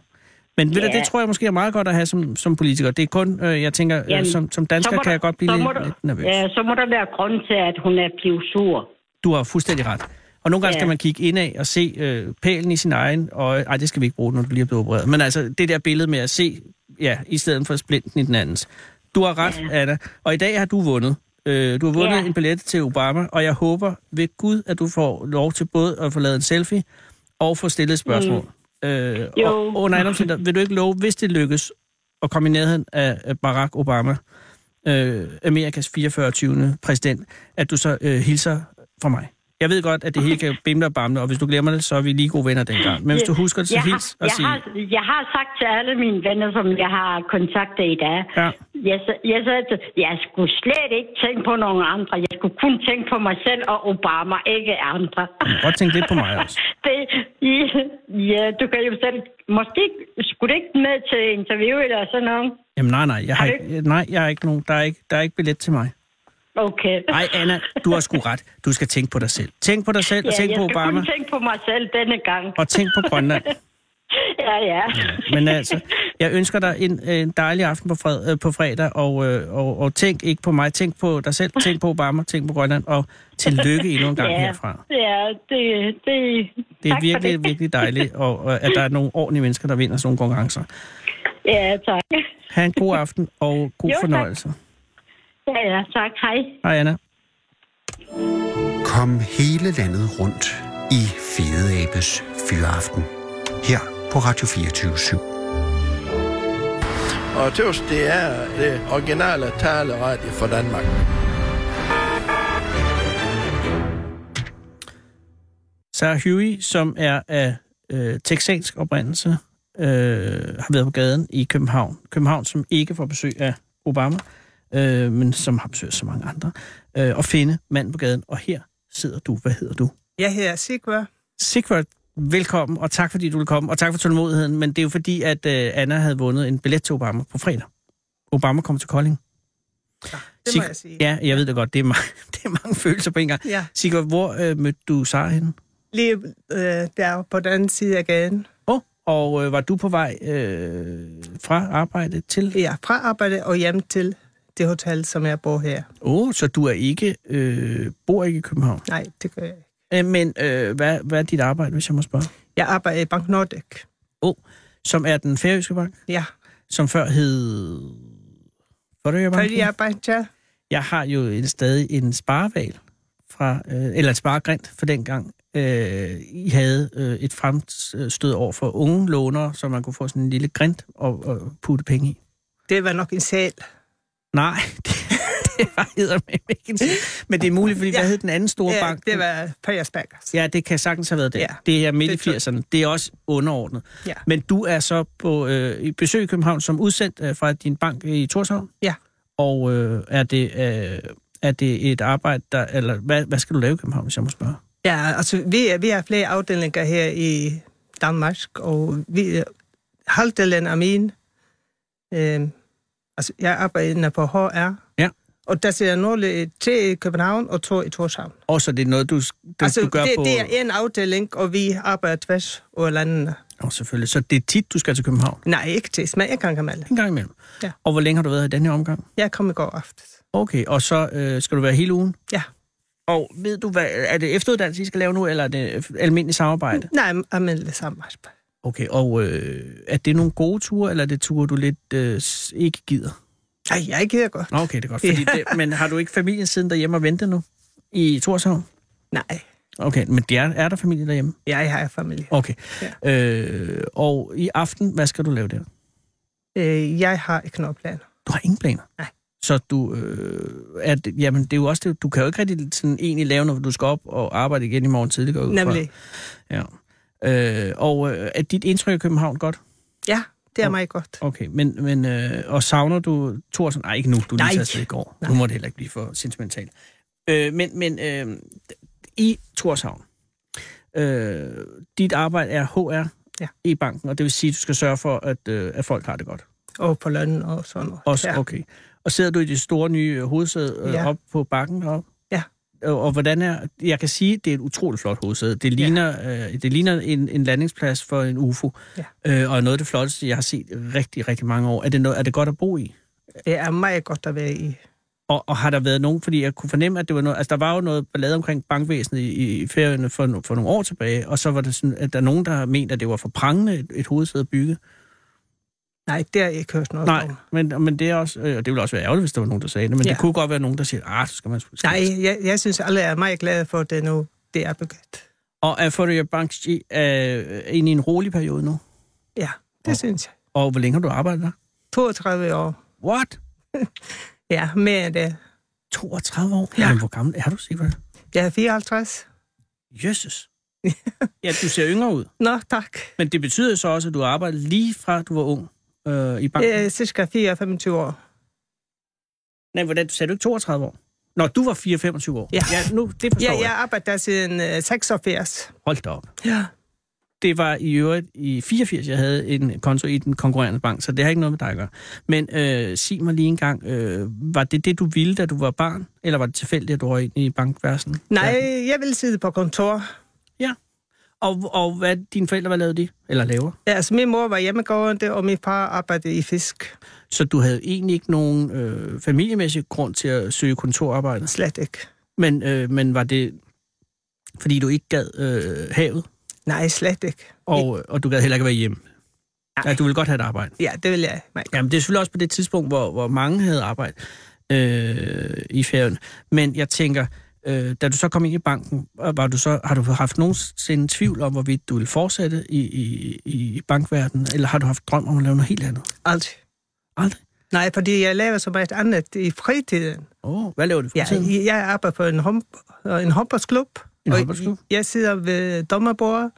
S4: Men ved du,
S7: Ja.
S4: det tror jeg måske er meget godt at have som, som politiker. Det er kun, øh, jeg tænker, øh,
S7: Jamen,
S4: som, som dansker
S7: så må
S4: kan jeg
S7: der-
S4: godt blive
S7: så
S4: lidt,
S7: må der-
S4: lidt nervøs.
S7: Ja, så må der være grund til, at hun er blevet sur.
S4: Du har fuldstændig ret. Og nogle gange
S7: Ja.
S4: skal man kigge indad og se øh, pælen i sin egen, og ej, det skal vi ikke bruge, når du lige er blevet opereret. Men altså, det der billede med at se, ja, i stedet for splinten i den andens. Du har ret, ja. Anna. Og i dag har du vundet. Øh, du har vundet ja.
S7: Ja.
S4: en billet til Obama, og jeg håber ved Gud, at du får lov til både at få lavet en selfie og få stillet et spørgsmål. Mm. Øh,
S7: Jo.
S4: og under andre omstændigheder, vil du ikke love, hvis det lykkes, at komme i nærheden af af Barack Obama, øh, Amerikas 44. præsident, at du så øh, hilser fra mig. Jeg ved godt, at det hele kan bimle og bamle, og hvis du glemmer det, så er vi lige gode venner dengang. Men hvis du husker det, så
S7: jeg har,
S4: hils og
S7: jeg,
S4: sig.
S7: har, jeg har sagt til alle mine venner, som jeg har kontaktet i dag,
S4: Ja.
S7: jeg, sa- jeg sagde, til- jeg skulle slet ikke tænke på nogen andre. Jeg skulle kun tænke på mig selv og Obama, ikke andre.
S4: kan godt tænke lidt på mig også.
S7: det, ja, du kan jo selv... Måske skulle du ikke med til interview eller sådan noget?
S4: Jamen nej, nej, jeg har,
S7: Har du
S4: ikke, nej, jeg har ikke nogen, der er ikke, der er ikke billet til mig.
S7: Okay.
S4: Nej, Anna, du har sgu ret. Du skal tænke på dig selv. Tænk på dig selv, og
S7: Ja,
S4: tænk
S7: jeg
S4: på
S7: skal
S4: Obama,
S7: kun tænke på mig selv denne gang.
S4: og tænk på Grønland.
S7: Ja, ja.
S4: Men altså, jeg ønsker dig en, en dejlig aften på, fred, øh, på fredag, og, øh, og, og tænk ikke på mig, tænk på dig selv, tænk på Obama, tænk på Grønland, og tillykke endnu en gang
S7: ja,
S4: herfra.
S7: Ja, det... det
S4: Det er
S7: tak for
S4: virkelig,
S7: det.
S4: virkelig dejligt, og, og at der er nogle ordentlige mennesker, der vinder sådan nogle konkurrencer.
S7: Ja, tak.
S4: Ha' en god aften, og god
S7: Jo, tak.
S4: fornøjelse.
S7: Ja, ja, tak. Hej.
S4: Hej, Anna.
S3: Kom hele landet rundt i Fede Abes Fyraften. Her på Radio 24 /7.
S6: Og tøs, det er det originale taleradio for Danmark.
S4: Sarah Huey, som er af øh, texansk oprindelse, øh, har været på gaden i København. København, som ikke får besøg af Obama, øh, men som har besøg af så mange andre. Øh, og finde manden på gaden. Og her sidder du. Hvad hedder du?
S8: Jeg hedder Sigvard.
S4: Sigvard, velkommen, og tak fordi du vil komme, og tak for tålmodigheden. Men det er jo fordi, at øh, Anna havde vundet en billet til Obama på fredag. Obama kom til Kolding.
S8: Det må jeg sige.
S4: Ja, jeg ved det godt. Det er, ma- det er mange følelser på en gang.
S8: Ja.
S4: Sigvard, hvor øh, mødte du Sara henne?
S8: Lige øh, der på den anden side af gaden.
S4: Oh, og øh, var du på vej øh, fra arbejde til?
S8: Jeg er fra arbejde og hjem til det hotel, som jeg bor her.
S4: Åh, oh, så du er ikke, øh, bor ikke i København.
S8: Nej, det gør jeg ikke.
S4: Øh, men øh, hvad, hvad er dit arbejde, hvis jeg må spørge?
S8: Jeg arbejder i Bank Nordic.
S4: Åh, oh, som er den færøske bank,
S8: Ja,
S4: som før hed...
S8: fordi
S4: Færøbanken?
S8: jeg arbejder
S4: Jeg har jo en, stadig en spareval, fra, øh, eller en sparegrint for dengang. Øh, I havde øh, et fremstød over for unge lånere, så man kunne få sådan en lille grint og, og putte penge i.
S8: Det var nok en sal.
S4: Nej, det, det var eddermame ikke en Men det er muligt, fordi ja. hvad
S8: Ja.
S4: hed den anden store
S8: Ja,
S4: bank?
S8: det var Payers Backers.
S4: Ja, det kan sagtens have været det. Ja.
S8: Ja.
S4: Det er midt
S8: Det
S4: i
S8: tror
S4: 80'erne. Det er også underordnet.
S8: Ja.
S4: Men du er så på øh, i besøg i København som udsendt øh, fra din bank i Torshavn,
S8: ja.
S4: og øh, er det øh, Er det et arbejde, der... Eller hvad, hvad skal du lave i København, hvis jeg må spørge?
S8: Ja, altså vi er, vi er flere afdelinger her i Danmark, og vi er- halvdelen af min... Øh, altså jeg arbejder på HR,
S4: Ja.
S8: og der ser jeg nogle tre i København og to i Torshavn.
S4: Og så er det noget, du, du,
S8: altså
S4: du gør
S8: det,
S4: på...
S8: det er en afdeling, og vi arbejder tværs over landene.
S4: Nå, selvfølgelig. Så det er tit, du skal til København.
S8: Nej, ikke til, men en gang imellem.
S4: En gang imellem.
S8: Ja.
S4: Og hvor længe har du været her i den her omgang?
S8: Jeg kom i går aftes.
S4: Okay, og så øh, skal du være hele ugen?
S8: Ja.
S4: Og ved du, hvad, er det efteruddannelse, I skal lave nu, eller er det øh, almindeligt samarbejde?
S8: Nej, almindelig samarbejde.
S4: Okay, og øh, er det nogle gode ture, eller er det ture, du lidt øh, s- ikke gider?
S8: Nej, jeg gider godt.
S4: Nå, okay, det er godt. Fordi det, men har du ikke familien siden derhjemme og vente nu? I Torshavn?
S8: Nej,
S4: Okay, men det er, er der familie derhjemme?
S8: jeg har familie.
S4: Okay. Ja. Øh, og i aften, hvad skal du lave der?
S8: Øh, jeg har ikke noget planer.
S4: Du har ingen planer?
S8: Nej.
S4: Så du, øh, er det, jamen, det er jo også det, du kan jo ikke rigtig sådan egentlig lave, når du skal op og arbejde igen i morgen tidlig. går jeg ud fra.
S8: Nemlig,
S4: Ja. Øh, og øh, er dit indtryk af København godt?
S8: ja, det er meget godt.
S4: Okay, men, men øh, og savner du Thorsen? Nej, ikke nu, du er lige
S8: Nej.
S4: taget afsted i går. Nej. Nu må det heller ikke blive for sentimentalt. Øh, men men øh, i Thorshavn, øh, dit arbejde er HR
S8: Ja.
S4: i banken, og det vil sige, at du skal sørge for, at, øh, at folk har det godt.
S8: Og på lønnen og sådan noget.
S4: Også,
S8: ja.
S4: okay. Og sidder du i det store nye øh, hovedsæde øh,
S8: Ja.
S4: op på bakken deroppe?
S8: Ja.
S4: Og, og hvordan er... Jeg kan sige, at det er et utroligt flot hovedsæde. Det ligner, ja. øh, det ligner en, en landingsplads for en UFO.
S8: Ja.
S4: Øh, og er noget af det flotteste, jeg har set i rigtig, rigtig mange år. Er det, noget, er det godt at bo i?
S8: Det er meget godt at være i.
S4: Og, og har der været nogen, fordi jeg kunne fornemme, at det var noget, altså der var jo noget ballade omkring bankvæsenet i, i ferierne for, no- for nogle år tilbage, og så var det sådan, at der er nogen, der har ment, at det var for prangende et, et hovedsæde at bygge.
S8: Nej, det har jeg ikke hørt noget
S4: Nej,
S8: om.
S4: men, men det er også, øh, og det ville også være ærgerligt, hvis der var nogen, der sagde det, men ja.
S8: Ja.
S4: det kunne godt være nogen, der siger, ah, så skal man sgu- skal man
S8: Nej, jeg, jeg synes, alle er meget glade for, at det nu det er begyndt.
S4: Og er Frederica Banksy øh, inde i en rolig periode nu?
S8: Ja, det synes jeg.
S4: Og hvor længe har du arbejdet der?
S8: 32 år.
S4: What?
S8: Ja, mere end det.
S4: 32 år? Ja.
S8: Ja.
S4: Jamen, hvor gammel er du, Sigvald?
S8: Jeg er 54.
S4: Jesus. ja, du ser yngre ud.
S8: Nå, tak.
S4: Men det betyder så også, at du har arbejdet lige fra, du var ung øh, i banken.
S8: Jeg er cirka 4-25 år.
S4: Nej, hvordan sagde du ikke 32 år? Når du var 4-25 år?
S8: Ja.
S4: ja nu, det forstår
S8: Ja, jeg
S4: jeg.
S8: arbejder der siden øh, 86.
S4: Hold da op.
S8: Ja.
S4: Det var i øvrigt i 84, jeg havde en konto i den konkurrerende bank, så det har ikke noget med dig at gøre. Men øh, sig mig lige en gang, øh, var det det, du ville, da du var barn? Eller var det tilfældigt, at du røg ind i bankværelsen?
S8: Nej,
S4: Ja.
S8: jeg vil sidde på kontor.
S4: Og, og hvad, dine forældre, hvad lavede de? Eller laver?
S8: Ja, altså, min mor var hjemmegående, og min far arbejdede i fisk.
S4: Så du havde egentlig ikke nogen øh, familiemæssig grund til at søge kontorarbejde?
S8: Slet ikke.
S4: Men, øh, men var det, fordi du ikke gad øh, havet?
S8: Nej, slet ikke.
S4: Og, og du gad heller ikke være hjemme. Ja, du ville godt have et arbejde.
S8: Ja, det vil jeg. Nej.
S4: Jamen, det er selvfølgelig også på det tidspunkt, hvor, hvor mange havde arbejde øh, i ferien. Men jeg tænker, øh, da du så kom ind i banken, øh, var du så, har du haft nogensinde tvivl om, hvorvidt du ville fortsætte i, i, i bankverdenen, eller har du haft drøm om at lave noget helt andet?
S8: Aldrig.
S4: Aldrig?
S8: Nej, fordi jeg laver så meget andet i fritiden.
S4: Åh, oh, hvad laver du for
S8: Ja,
S4: tiden?
S8: jeg arbejder på en, hom en hoppersklub.
S4: En
S8: og
S4: håndboldsklub?
S8: Jeg sidder ved dommerbordet.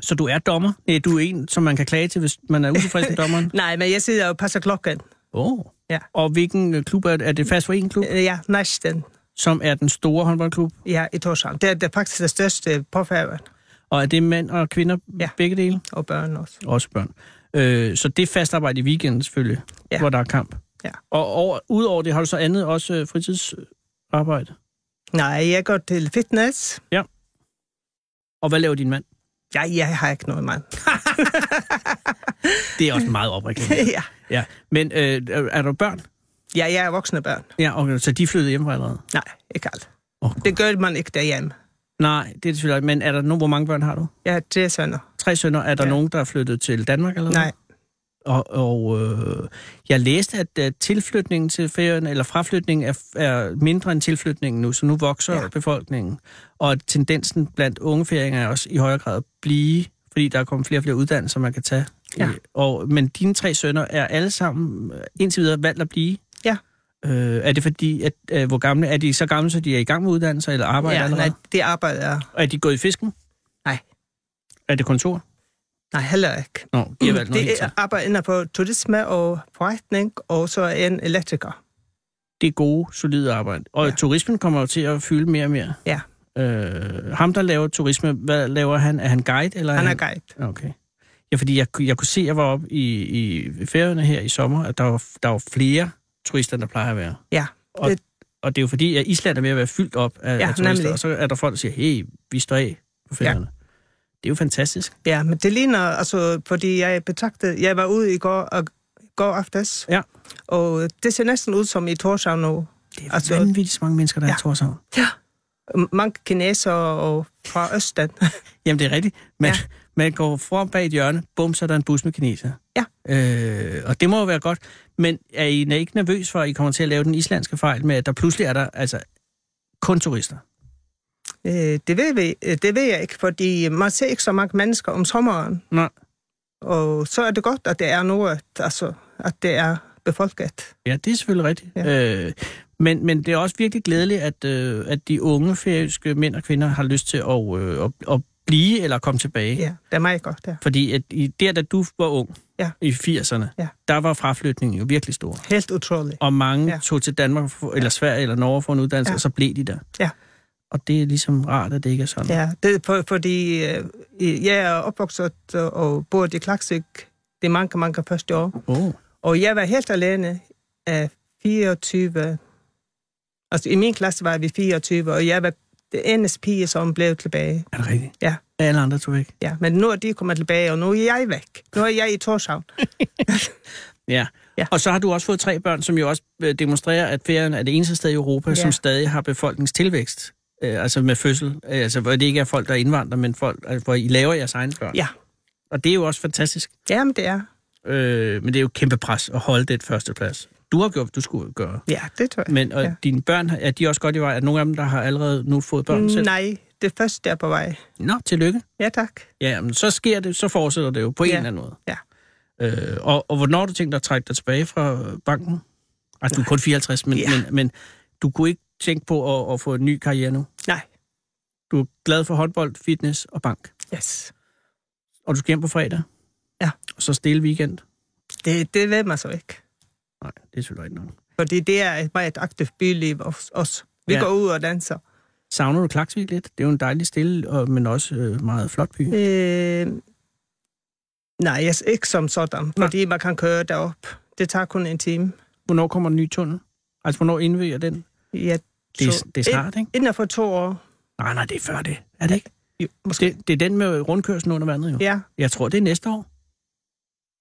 S4: Så du er dommer? Nej, du er en, som man kan klage til, hvis man er utilfreds med dommeren?
S8: Nej, men jeg sidder og passer klokken.
S4: Åh. Oh.
S8: Ja.
S4: Og hvilken øh, klub er det? Er det fast for en klub,
S8: Øh, Ja, næsten.
S4: som er den store håndboldklub?
S8: Ja, i Torshavn. Det er, det er faktisk det største på Færøerne
S4: Og er det mænd og kvinder, ja.
S8: Ja.
S4: begge dele?
S8: og børn også.
S4: Også børn. Øh, så det er fast arbejde i weekenden selvfølgelig, ja.
S8: Ja.
S4: hvor der er kamp.
S8: Ja.
S4: Og over, udover det har du så andet også øh, fritidsarbejde.
S8: Nej, jeg går til fitness.
S4: Og hvad laver din mand?
S8: Ja, jeg har ikke noget mand.
S4: Det er også meget opreklameret.
S8: ja.
S4: ja. Men øh, er- er der børn?
S8: ja, jeg er voksne børn.
S4: Ja, okay, så de flyttede hjem fra allerede?
S8: Nej, ikke alt.
S4: Åh,
S8: Det gør man ikke derhjemme.
S4: Nej, det er det selvfølgelig ikke. Men er der nogen, hvor mange børn har du?
S8: Jeg har tre sønner.
S4: Tre sønner. Er der ja.
S8: Ja.
S4: nogen, der er flyttet til Danmark? Eller
S8: Nej,
S4: Og, og øh, jeg læste, at øh, tilflytningen til ferien, eller fraflytningen, er, er mindre end tilflytningen nu, så nu vokser ja.
S8: Ja.
S4: befolkningen. Og at tendensen blandt unge færinger er også i højere grad at blive, fordi der er kommet flere og flere uddannelser, man kan tage.
S8: Ja.
S4: Øh, Og, men dine tre sønner er alle sammen øh, indtil videre valgt at blive.
S8: Ja.
S4: Øh, er det fordi, at øh, hvor gamle er de så gamle, så de er i gang med uddannelser eller arbejder
S8: ja,
S4: allerede?
S8: nej det arbejder jeg.
S4: Er de gået i fisken?
S8: Nej.
S4: Er det kontor?
S8: Nej, heller ikke.
S4: Nå, de har valgt noget helt
S8: Det
S4: andet.
S8: arbejder inden for turisme og forretning, og så er jeg en elektriker.
S4: det er gode, solide arbejde. Og ja.
S8: Ja.
S4: turismen kommer jo til at fylde mere og mere.
S8: Ja,
S4: Øh, ham, der laver turisme, hvad laver han? Er han guide? Eller
S8: han er guide.
S4: Okay. Ja, fordi jeg, jeg kunne se, at jeg var oppe i, i færøerne her i sommer, at der var, der var flere turister, end der plejer at være.
S8: Ja,
S4: Og, det...
S8: Det-
S4: og det er jo fordi, at Island er ved at være fyldt op af,
S8: Ja,
S4: ja, af turister,
S8: nemlig.
S4: og så er der folk, der siger, hey, vi står af på færgerne. Ja. Det er jo fantastisk.
S8: ja men det ligner, altså, fordi jeg betragtede, jeg var ude i går, og, går aftes,
S4: Ja.
S8: og det ser næsten ud som i Torshavn nu.
S4: Det er altså...
S8: Altså-
S4: vanvittigt så mange mennesker, der ja. er
S8: Ja.
S4: i Torshavn.
S8: Mange kinesere og fra Østen.
S4: Jamen, det er rigtigt. Man, ja.
S8: Ja.
S4: man går frem bag et hjørne, bum, så er der en bus med kineser.
S8: Ja.
S4: Øh, og det må jo være godt. Men er I ikke nervøs for, at I kommer til at lave den islandske fejl med, at der pludselig er der altså kun turister?
S8: Øh, det, ved vi, øh, det ved jeg ikke, fordi man ser ikke så mange mennesker om sommeren.
S4: Nej.
S8: Og så er det godt, at det er noget, altså, at det er befolket.
S4: Ja, det er selvfølgelig rigtigt. Ja. Øh, men, men det er også virkelig glædeligt, at, øh, at de unge færøske mænd og kvinder har lyst til at, øh, at, at blive eller komme tilbage.
S8: Ja, det er meget godt, ja.
S4: Fordi at i, der, da du var ung,
S8: Ja.
S4: i 80'erne,
S8: Ja.
S4: der var fraflytningen jo virkelig stor.
S8: Helt utroligt.
S4: Og mange ja.
S8: Ja.
S4: tog til Danmark, for, eller Sverige eller Norge for en uddannelse, ja.
S8: Ja.
S4: og så blev de der.
S8: Ja.
S4: Og det er ligesom rart, at det ikke er sådan.
S8: Ja, det er for, fordi øh, jeg er opvokset og boet i Klaksvik de mange, mange første år.
S4: Oh.
S8: Og jeg var helt alene af 24. Altså i min klasse var vi 24, og jeg var den eneste pige, som blev tilbage.
S4: Er det rigtigt?
S8: Ja.
S4: Alle andre tog væk.
S8: Ja, men nu er de kommet tilbage, og nu er jeg væk. Nu er jeg i Torshavn.
S4: Ja. ja.
S8: Ja.
S4: Og så har du også fået tre børn, som jo også øh, demonstrerer, at ferien er det eneste sted i Europa, ja.
S8: Ja.
S4: som stadig har befolkningstilvækst. Øh, altså med fødsel. Øh, altså hvor det ikke er folk, der indvandrer, men folk, altså, hvor I laver jeres egne børn.
S8: Ja,
S4: Og det er jo også fantastisk.
S8: jamen det er.
S4: Øh, men det er jo et kæmpe pres at holde den første plads. Du har gjort, hvad du skulle gøre.
S8: Ja, det tror jeg.
S4: Men og ja.
S8: Ja.
S4: dine børn, er de også godt i vej? Er nogle af dem, der har allerede nu fået børn selv?
S8: Mm, Nej, det første er på vej.
S4: Nå, tillykke.
S8: Ja, tak.
S4: Ja, men så sker det, så fortsætter det jo på en
S8: Ja.
S4: eller anden måde.
S8: Ja.
S4: Øh, og, og hvornår har du tænkt dig at trække dig tilbage fra øh, banken? Ej, du er kun 54, men, ja.
S8: Ja.
S4: men, men du kunne ikke tænke på at, at få en ny karriere nu.
S8: Nej.
S4: Du er glad for håndbold, fitness og bank.
S8: Yes.
S4: Og du skal hjem på fredag.
S8: Ja.
S4: Og så stille weekend.
S8: Det, det ved man så ikke.
S4: Nej, det er selvfølgelig ikke nok.
S8: Fordi det er et meget aktivt byliv hos os. Vi
S4: Ja.
S8: ja. går ud og danser.
S4: Savner du Klaksvik lidt? Det er jo en dejlig stille, og, men også øh, meget flot by.
S8: Øh, nej, jeg er ikke som sådan, fordi man kan køre derop. Det tager kun en time.
S4: Hvornår kommer den nye tunnel? Altså, hvornår indviger den?
S8: Jeg
S4: Det er,
S8: tror-
S4: det er snart, ikke?
S8: Ind- Inden for to år.
S4: Nej, nej, det er før det. Er det ikke?
S8: Jo, måske.
S4: Det, det er den med rundkørslen under vandet, jo.
S8: Ja.
S4: Jeg tror, det er næste år.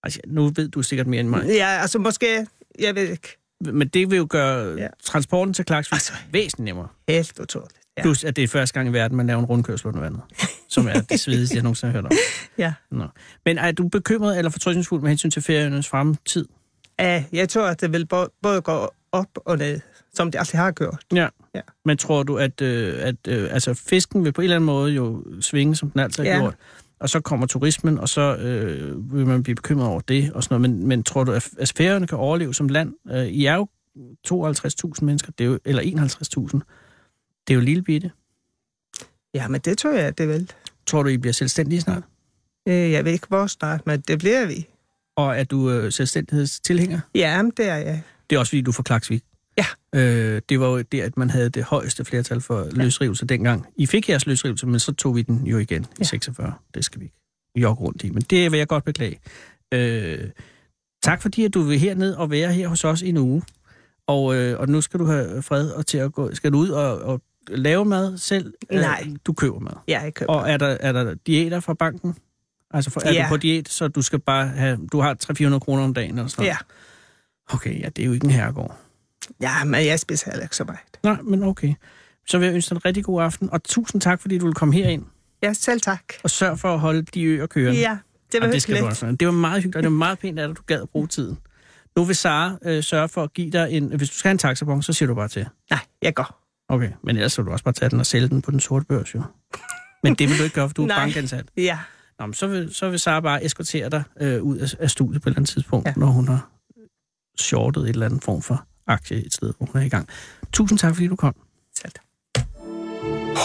S4: Altså, nu ved du sikkert mere end mig.
S8: ja, altså måske, jeg ved ikke.
S4: Men det vil jo gøre ja.
S8: Ja.
S4: transporten til Klaksvik altså,
S8: Altså.
S4: væsentligt nemmere.
S8: Helt utroligt. Ja.
S4: Ja. Plus, at det er første gang i verden, man laver en rundkørsel under vandet. Som er det svedigste, jeg nogensinde har hørt om.
S8: ja.
S4: Nå. Men er du bekymret eller fortrøstningsfuld med hensyn til feriernes fremtid?
S8: Ja, jeg tror, at det vil bo- både gå op og ned, som det altid har gjort.
S4: Ja.
S8: Ja.
S4: Men tror du, at, øh, at øh, altså, fisken vil på en eller anden måde jo svinge, som den altid har ja.
S8: Ja.
S4: gjort? Og så kommer turismen, og så øh, vil man blive bekymret over det og sådan noget. Men, men tror du, at at færøerne kan overleve som land? Øh, I er jo 52.000 mennesker, det er jo, eller 51.000. Det er jo lille bitte.
S8: Ja, men det tror jeg, det vil.
S4: Tror du, I bliver selvstændige snart?
S8: Øh, Jeg ved ikke, hvor snart, men det bliver vi.
S4: Og er du øh, selvstændighedstilhænger?
S8: Ja, men det er jeg.
S4: Det er også fordi, du er fra Klaksvik.
S8: Ja.
S4: Øh, det var jo der, at man havde det højeste flertal for ja. løsrivelse dengang. I fik jeres løsrivelse, men så tog vi den jo igen ja. i
S8: Ja.
S4: 46. Det skal vi ikke jogge rundt i, men det vil jeg godt beklage. Øh, tak fordi, at du vil herned og være her hos os i en uge. Og, øh, og nu skal du have fred og til at gå. Skal du ud og, og lave mad selv?
S8: Nej.
S4: Øh, du køber mad.
S8: Ja, jeg køber.
S4: Og er der, er der diæter fra banken? Altså for, er
S8: Ja.
S4: du på diæt, så du skal bare have, du har 300-400 kroner om dagen eller sådan noget?
S8: Ja.
S4: Okay, ja, det er jo ikke en herregård.
S8: ja, men jeg spiser heller ikke så meget.
S4: Nej, men okay. Så vil jeg ønske dig en rigtig god aften, og tusind tak, fordi du vil komme herind.
S8: Ja, selv tak.
S4: Og sørg for at holde de øer kørende.
S8: Ja, det var
S4: og det
S8: hyggeligt.
S4: skal du også. Det var meget hyggeligt, og det var meget pænt, af dig, at du gad at bruge tiden. Nu vil Sara øh, sørge for at give dig en... Hvis du skal have en taxabon, så siger du bare til.
S8: Nej, jeg går.
S4: Okay, men ellers vil du også bare tage den og sælge den på den sorte børs, jo. Men det vil du ikke gøre, for du er
S8: Nej.
S4: bankansat.
S8: Ja,
S4: Nå, men så vil, så vil Sara bare eskortere dig øh, ud af, af studiet på et eller andet tidspunkt, ja.
S8: Ja.
S4: når hun har shortet et eller andet form for aktie et sted, hvor hun er i gang. Tusind tak, fordi du kom.
S8: selv tak.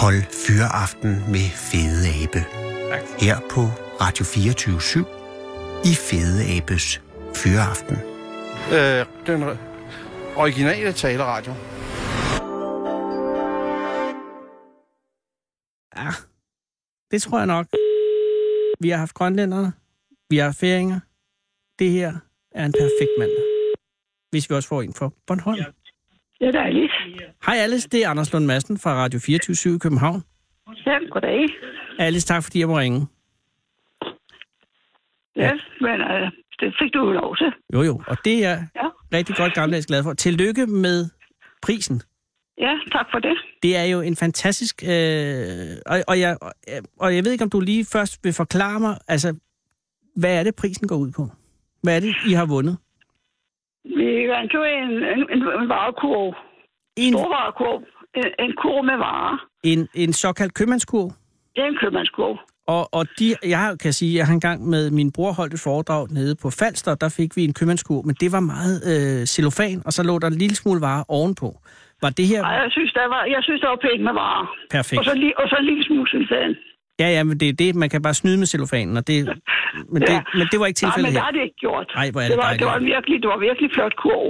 S3: Hold fyreaften med Fede Abe.
S4: Tak.
S3: Her på Radio 24 i Fede Abes Fyreaften.
S2: Øh, den,
S6: originale taleradio.
S4: Ja, det tror jeg nok. Vi har haft grønlændere, vi har færinger. Det her er en perfekt mandag. Hvis vi også får en for Bornholm.
S7: Det er dejligt.
S4: Hej Alice, det er Anders Lund Madsen fra Radio 24 i København.
S7: Ja, goddag.
S4: Alice, tak fordi jeg må ringe.
S7: Ja, men øh, det fik du jo lov til.
S4: Jo jo, og det er jeg
S7: Ja.
S4: rigtig godt gammeldags glad for. Tillykke med prisen.
S7: Ja, tak for det.
S4: Det er jo en fantastisk... Øh, og, og, jeg, og- og jeg ved ikke, om du lige først vil forklare mig, altså, hvad er det, prisen går ud på? Hvad er det, I har vundet?
S7: Vi vandt jo en, en, en, en varekurv.
S4: En,
S7: Stor varekurv. En, en kurv med varer.
S4: en, en såkaldt købmandskurv.
S7: Det er en købmandskurv.
S4: Og, og de, jeg kan sige, jeg har engang med min bror holdt et foredrag nede på Falster, der fik vi en købmandskur, men det var meget øh, cellofan, og så lå der en lille smule vare ovenpå. Var det her
S7: Ej, jeg synes, der var, jeg synes, der var pænt med varer.
S4: perfekt?
S7: Og så, lige, og så en lille smule sylfaden.
S4: Ja, ja, men det er det, man kan bare snyde med cellofanen, og det, men, det,
S7: Ja.
S4: men det var ikke
S7: Nej,
S4: tilfældet
S7: men det
S4: her.
S7: har det ikke gjort.
S4: Ej, hvor er det
S7: det var,
S4: dejligt.
S7: det var en virkelig, det var virkelig flot kurv.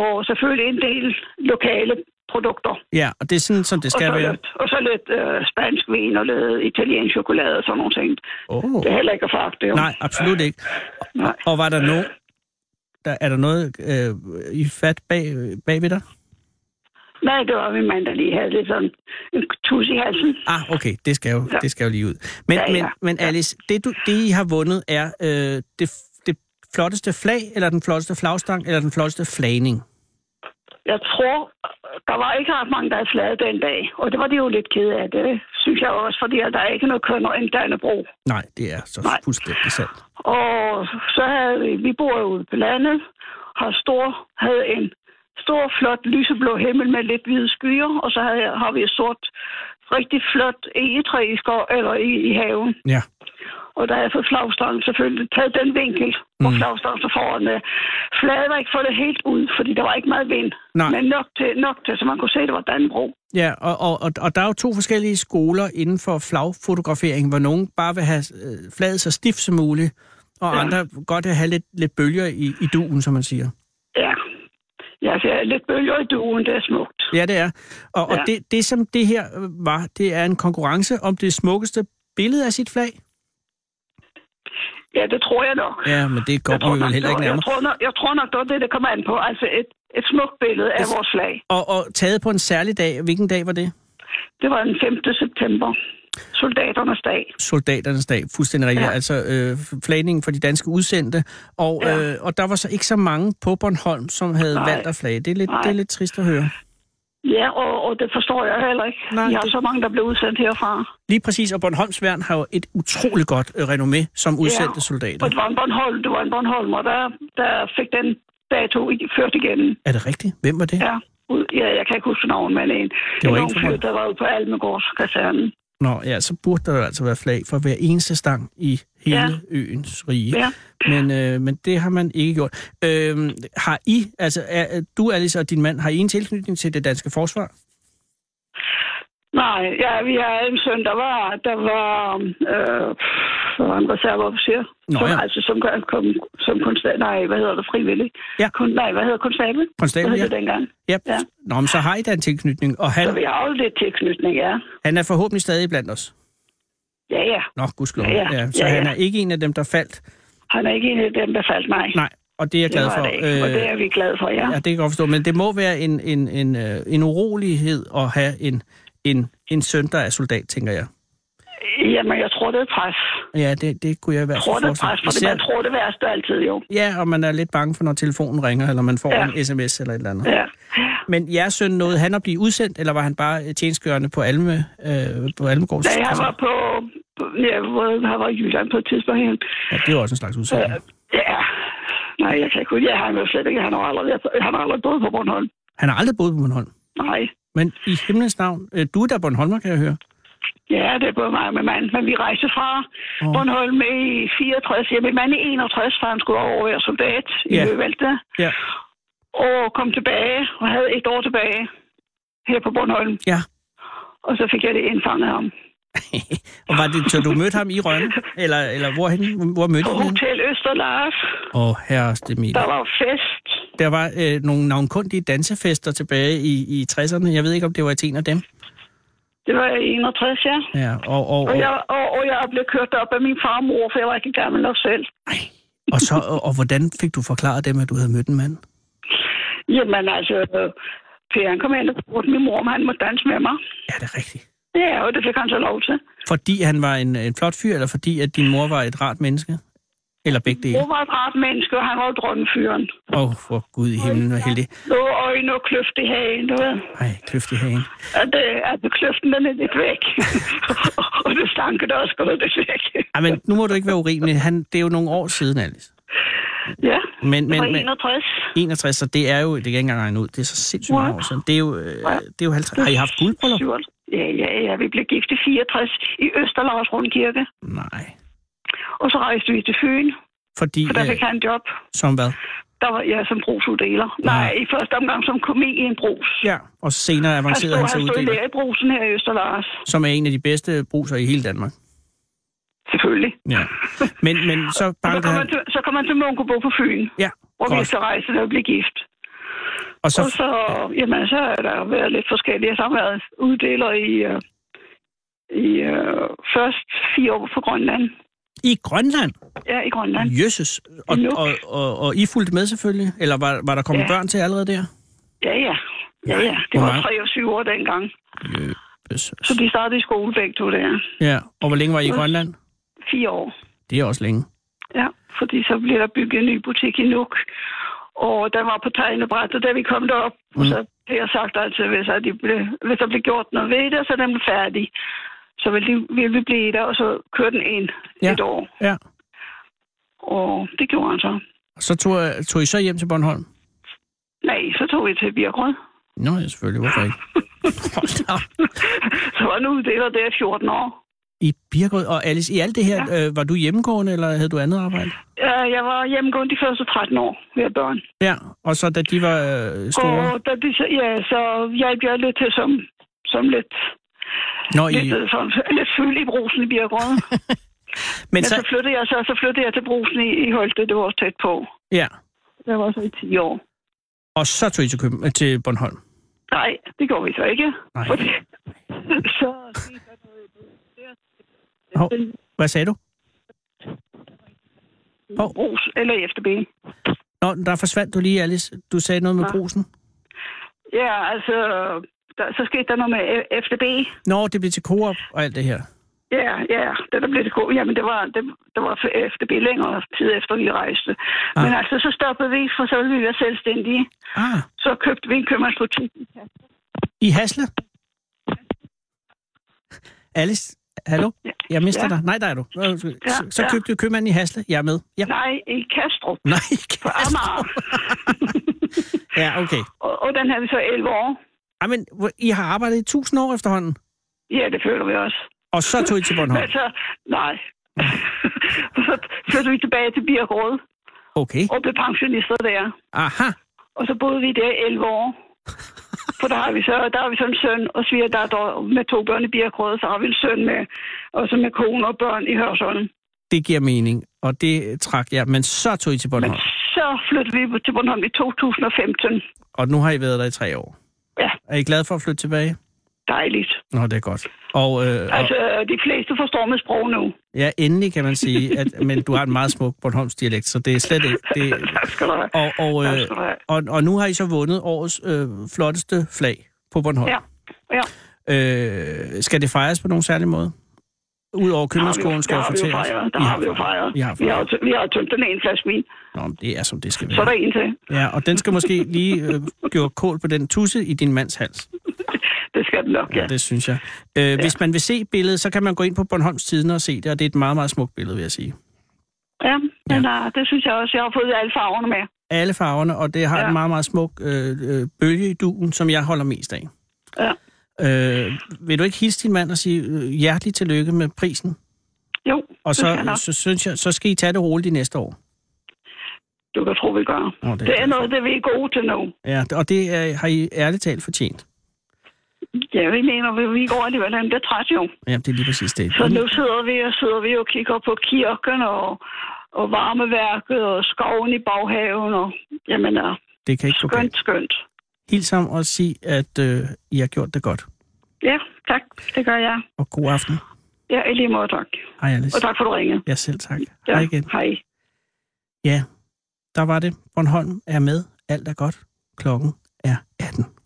S7: Og selvfølgelig en del lokale produkter.
S4: Ja, og det er sådan, som det skal
S7: og så
S4: være.
S7: lidt, og så lidt øh, spansk vin og lidt italiensk chokolade og sådan nogle ting.
S4: Oh.
S7: Det er heller ikke at fragte. jo.
S4: Nej, absolut ikke.
S7: Nej.
S4: Og var der nogen... Der, er der noget øh, i fat bag, bag ved dig?
S7: Nej, det var min mand, der lige havde lidt sådan en tus i halsen.
S4: Ah, okay, det skal jo, det skal jo lige ud. Men,
S7: Ja, ja.
S4: men, men Alice, det, du, det I har vundet er øh, det, det flotteste flag, eller den flotteste flagstang, eller den flotteste flagning.
S7: Jeg tror, der var ikke ret mange, der havde flaget den dag. Og det var de jo lidt kede af. Det synes jeg også, fordi at der er ikke noget kønnere end Dannebro.
S4: Nej, det er så
S7: Nej.
S4: fuldstændig sandt.
S7: Og så havde vi, vi bor jo ude på landet, har stor, havde en stor, flot, lyseblå himmel med lidt hvide skyer, og så havde, jeg- har vi et sort, rigtig flot egetræ i, skov, eller i, i haven.
S4: Ja.
S7: Og der har jeg fået flagstangen selvfølgelig taget den vinkel, hvor mm. flagstangen så foran øh, flaget var ikke fået det helt ud, fordi der var ikke meget vind.
S4: Nej.
S7: Men nok til, nok til, så man kunne se, at det var Danbro.
S4: Ja, og, og, og, og der er jo to forskellige skoler inden for flagfotografering, hvor nogen bare vil have øh, flaget så stift som muligt, og ja. andre godt vil have lidt, lidt bølger i, i duen, som man siger.
S7: Ja. Ja, så jeg er lidt bølger i duen, det er smukt.
S4: Ja, det er. Og, og
S7: Ja.
S4: det, det, som det her øh, var, det er en konkurrence om det smukkeste billede af sit flag.
S7: Ja, det tror jeg nok.
S4: Ja, men det
S7: Jeg
S4: kommer vi
S7: tror
S4: vel
S7: nok,
S4: heller ikke
S7: det var-
S4: nærmere.
S7: Jeg tror nok, jeg tror nok, det var det, det kom an på. Altså et, et smukt billede af
S4: Det-
S7: vores flag.
S4: Og, og taget på en særlig dag. Hvilken dag var det?
S7: Det var den 5. september. Soldaternes dag.
S4: Soldaternes dag, fuldstændig rigtigt. Ja.
S7: Ja.
S4: Altså øh, flagningen for de danske udsendte. Og, ja.
S7: Ja.
S4: øh, og der var så ikke så mange på Bornholm, som havde Nej.
S7: Nej.
S4: valgt at flage. Det er, lidt,
S7: Nej.
S4: det er lidt trist at høre.
S7: Ja, og, og det forstår jeg heller ikke.
S4: Nej,
S7: Vi har
S4: det-
S7: så mange, der blev udsendt herfra.
S4: Lige præcis, og Bornholms værn har jo et utroligt godt øh, renommé som udsendte ja. soldater.
S7: Og det var en Bornholm, det var en Bornholm, og der, der fik den dato i- ført igennem.
S4: Er det rigtigt? Hvem var det?
S7: Ja. Ud, ja, jeg kan ikke huske navnet, men en,
S4: Det var
S7: en
S4: ikke
S7: ung
S4: for
S7: fyr,
S4: mig.
S7: der var ude på Almegårds kaserne.
S4: Nå, ja, så burde der jo altså være flag for hver eneste stang i hele ja.
S7: Ja.
S4: øens rige.
S7: Ja.
S4: Men, øh, men det har man ikke gjort. Øh, har I, altså er, du, Alice og din mand, har I en tilknytning til det danske forsvar?
S7: Nej, ja, vi har en søn, der var, der var, øh, der var en reserveofficer,
S4: Nå,
S7: som,
S4: ja.
S7: altså, som, kom- kom, som konstabel, nej, hvad hedder det, frivillig?
S4: Ja.
S7: Kun, nej, hvad hedder konstabel?
S4: Konstabel,
S7: Hvad hed
S4: ja.
S7: det dengang?
S4: Yep.
S7: Ja.
S4: Nå, men så har I da en tilknytning, og
S7: Så
S4: han,
S7: vi har jo lidt tilknytning, ja.
S4: han er forhåbentlig stadig blandt os.
S7: Ja, ja.
S4: Nå, gudskelov.
S7: Ja, ja.
S4: så
S7: Ja, ja.
S4: han er ikke en af dem, der faldt.
S7: Han er ikke en af dem, der faldt mig.
S4: Nej, og det er jeg
S7: det
S4: glad
S7: var
S4: for. Øh,
S7: det ikke, og det er vi glade for, øh, ja.
S4: Ja, det kan jeg godt forstå, men det må være en, en, en, øh, en urolighed at have en, en, en søn, der er soldat, tænker jeg.
S7: Jamen, jeg tror, det er pres.
S4: Ja, det, det kunne jeg i hvert fald
S7: Jeg tror, det er
S4: forestille
S7: pres,
S4: mig.
S7: fordi man tror det værste altid, jo.
S4: Ja, og man er lidt bange for, når telefonen ringer, eller man får
S7: Ja.
S4: ja. en sms eller et eller andet. Ja.
S7: Ja.
S4: Men jeres søn, nåede han at blive udsendt, eller var han bare øh, tjenestgørende på, Alme, øh, på Almegårds?
S7: Da jeg var på, ja, hvor- jeg var i Jylland på et tidspunkt, han-
S4: Altså, Ja, det er jo også en slags udsendelse.
S7: Øh, Ja. Nej, jeg kan ikke huske. Ja, han er jo slet ikke. Han har aldrig, været- han har aldrig boet på Bornholm.
S4: Han har aldrig boet på Bornholm.
S7: Nej.
S4: Men i himlens navn, øh, du er da Bornholmer, kan jeg høre.
S7: Ja, det er både mig og min mand. Men vi rejste fra
S4: Åh.
S7: oh. Bornholm i 64. Ja, min mand i 61, for han skulle over og være soldat i
S4: Ja.
S7: yeah. Løvalta.
S4: Ja.
S7: Og kom tilbage og havde et år tilbage her på Bornholm.
S4: Ja.
S7: Og så fik jeg det indfanget ham.
S4: Og var det, så du mødte ham i Rønne? Eller, eller hvorhen, hvor mødte
S7: På
S4: du ham?
S7: Hotel Østerlars.
S4: Åh, herreste min.
S7: Der var fest.
S4: Der var øh, nogle navnkundige dansefester tilbage i, i 60'erne. Jeg ved ikke, om det var et en af dem.
S7: Det var i 61, ja.
S4: Ja, og, og,
S7: Og
S4: og,
S7: jeg, og, og jeg blev kørt op af min farmor, for jeg var ikke gammel nok selv.
S4: og, så, og, og hvordan fik du forklaret dem, at du havde mødt en mand?
S7: Jamen altså, øh, Per han kom ind og spurgte min mor, om han måtte danse med mig.
S4: Ja, det er rigtigt.
S7: Ja, og det fik han så lov til.
S4: Fordi han var en, en flot fyr, eller fordi at din mor var et rart menneske? Eller begge dele?
S7: Mor var et rart menneske, og han var jo dronnefyren.
S4: Åh, oh, for gud i himlen, hvor heldig.
S7: Nå, øjne og kløft i hagen, du ved.
S4: Ej, kløft i hagen.
S7: At, øh, at kløften, den er lidt væk. og det stanker der også godt lidt væk.
S4: Ej, men nu må du ikke være urimelig. Han, det er jo nogle år siden, Alice.
S7: ja,
S4: Men,
S7: det var
S4: men, men
S7: 61.
S4: 61, så det er jo, det kan jeg ikke engang regne ud, det er så sindssygt mange år siden. Det er jo, øh, det er jo 50. Har I haft guldbryllup?
S7: Ja, ja, ja. Vi blev gift i 64 i Østerlars Rundkirke.
S4: Nej.
S7: Og så rejste vi til Fyn,
S4: Fordi,
S7: for der
S4: øh,
S7: fik han job.
S4: som hvad?
S7: Der var jeg ja, som brugsuddeler. Nej, i første omgang som komi i en brus.
S4: Ja, og senere
S7: Han
S4: avancerede
S7: stod,
S4: han
S7: han
S4: til
S7: stod i
S4: uddeler,
S7: lærer i brusen her i Østerlars.
S4: som er en af de bedste bruser i hele Danmark.
S7: Selvfølgelig.
S4: Ja. Men, men så
S7: Og så
S4: bankede
S7: kom, han
S4: han...
S7: til, så kom han til Munkebo på Fyn,
S4: Ja,
S7: hvor vi
S4: godt.
S7: så rejste og blev gift.
S4: Og
S7: Så... Og
S4: så,
S7: så, jamen, så er der været lidt forskellige. Så har jeg været uddeler i, øh, i øh, først fire år på Grønland.
S4: i Grønland,
S7: Ja, i Grønland.
S4: jøsses, og,
S7: Nuk.
S4: og, og, og I fulgte med selvfølgelig? Eller var, var der kommet
S7: Ja.
S4: børn til allerede der?
S7: Ja, ja. Ja, ja. Det
S4: Hvor
S7: var
S4: mange?
S7: 23 år dengang.
S4: Jøsses.
S7: Så de startede i skole begge to der.
S4: Ja, og hvor længe var I i Grønland?
S7: Fire år.
S4: Det er også længe.
S7: Ja, fordi så blev der bygget en ny butik i Nuuk. Og den var på tegnebræt, og da vi kom derop, mm. så har jeg sagt altså, hvis, at de blev, hvis der blev gjort noget ved det, så er den blev færdig. Så ville, de, ville vi blive der, og så kørte den ind
S4: Ja.
S7: ja. et år.
S4: Ja.
S7: Og det gjorde han så.
S4: Og så tog, tog I så hjem til Bornholm?
S7: Nej, så tog vi til Birkerød.
S4: Nå, ja, selvfølgelig. Hvorfor ikke? Hold da op.
S7: Så var han uddeler der i 14 år.
S4: I Birkerød. Og Alice, i alt det her, ja. øh, var du hjemmegående, eller havde du andet arbejde?
S7: Ja, Jeg var hjemmegående de første 13 år ved børn.
S4: Ja, og så da de var øh, store...
S7: Og da de, så- ja, så hjalp jeg lidt til som, som lidt,
S4: Nå,
S7: I...
S4: I,
S7: lidt, som, lidt fyld i brusen i Birkerød.
S4: men
S7: Men så,
S4: så,
S7: så flyttede jeg så, så flyttede jeg til Brusen i, i Holte, det var også tæt på.
S4: ja.
S7: Det var så i 10 år.
S4: Og så tog I til, Køben, øh, til Bornholm.
S7: Nej, det gjorde vi så ikke.
S4: Nej.
S7: Fordi, så
S4: Hov, hvad sagde du? Hov.
S7: Brus eller FDB.
S4: Nå, der forsvandt du lige, Alice. Du sagde noget med
S7: Ja.
S4: brusen.
S7: Ja, altså, der, så skete der noget med F- FDB.
S4: Nå, det blev til Coop og alt det her.
S7: Ja, ja, det der blev det gode. Jamen, det var, det, der var FDB længere tid efter, vi rejste.
S4: Ah.
S7: Men altså, så stoppede vi, for så ville vi være selvstændige.
S4: Ah,
S7: Så købte vi en købmandsbutik.
S4: i Hasle? Alice, hallo? Jeg mister
S7: Ja.
S4: dig. Nej, der er du. Øh, Så,
S7: Ja,
S4: så
S7: ja.
S4: købte du købmanden i Hasle. Jeg er med. Ja.
S7: Nej, i Kastrup.
S4: Nej,
S7: På Amager.
S4: Ja, okay.
S7: og, og den havde vi så 11 år.
S4: Ej, men hvor- I har arbejdet i tusind år efterhånden,
S7: Ja, det føler vi også.
S4: og så tog I til
S7: Men
S4: Bornholm.
S7: så, Altså, nej. så flyttede vi tilbage til Birkerød
S4: Okay.
S7: og blev pensionister der.
S4: Aha.
S7: Og så boede vi der i 11 år. For der har vi så, der har vi så en søn og svigerdatter med to børn i Birkerød, så har vi en søn med, og så med kone og børn i Hørsholm.
S4: Det giver mening, og det trak jeg. Men så tog I til
S7: Men
S4: Bornholm,
S7: så flyttede vi til Bornholm i 2015.
S4: og nu har I været der i tre år.
S7: Ja.
S4: Er I glade for at flytte tilbage?
S7: Dejligt.
S4: Nå, det er godt. Og, øh, og
S7: Altså, de fleste forstår mit sprog nu.
S4: ja, endelig kan man sige, at, men du har en meget smuk Bornholms dialekt, så det er slet ikke... Det,
S7: Tak skal du have.
S4: og, og,
S7: Tak
S4: øh,
S7: skal du have.
S4: og, og nu har I så vundet årets øh, flotteste flag på Bornholm.
S7: Ja, ja.
S4: Øh, skal det fejres på nogen særlig måde? Udover købmandskolen skal
S7: der
S4: jo
S7: har vi jo
S4: fortælles.
S7: fejret. Der
S4: I
S7: har vi jo fejret.
S4: I har
S7: Vi har,
S4: fejret.
S7: jo tø- vi har tømt den ene flaske vin.
S4: Nå, men det er, som det skal
S7: Så er der
S4: være.
S7: en til.
S4: Ja, og den skal måske lige øh, gøre kål på den tusse i din mands hals.
S7: Det skal den nok, ja.
S4: Ja. Det synes jeg. Øh, ja. Hvis man vil se billedet, så kan man gå ind på Bornholms Tiden og se det, og det er et meget, meget smukt billede, vil jeg sige.
S7: Ja, men ja. det synes jeg også. Jeg har fået alle farverne med.
S4: Alle farverne, og det har ja.
S7: Ja.
S4: en meget, meget smuk øh, øh, bølge i duen, som jeg holder mest af.
S7: Ja.
S4: Øh, vil du ikke hilse din mand og sige øh, hjertelig tillykke med prisen?
S7: Jo,
S4: Og
S7: det skal jeg
S4: så,
S7: nok.
S4: så, synes jeg, så skal I tage det roligt de næste år.
S7: Du kan tro, vi gør.
S4: Nå, det er
S7: Det er
S4: godt.
S7: noget, det vi er gode til nu.
S4: Ja, og det er, har I ærligt talt fortjent.
S7: Ja, vi mener, vi, vi går alligevel, han bliver træt jo.
S4: Jamen, det er lige præcis det.
S7: Så nu sidder vi og sidder vi og kigger på kirken og, og varmeværket og skoven i baghaven. Og, jamen, ja,
S4: Det kan ikke gå
S7: skønt,
S4: galt.
S7: skønt.
S4: Hils ham og sig, at øh, I har gjort det godt.
S7: Ja, tak. Det gør jeg.
S4: Og god aften.
S7: Ja, i lige måde, tak.
S4: Hej, Alice.
S7: Og tak for, at du ringede.
S4: Ja, selv tak.
S7: Ja,
S4: Hej igen.
S7: Hej.
S4: Ja, der var det. Bornholm er med. Alt er godt. Klokken er 18.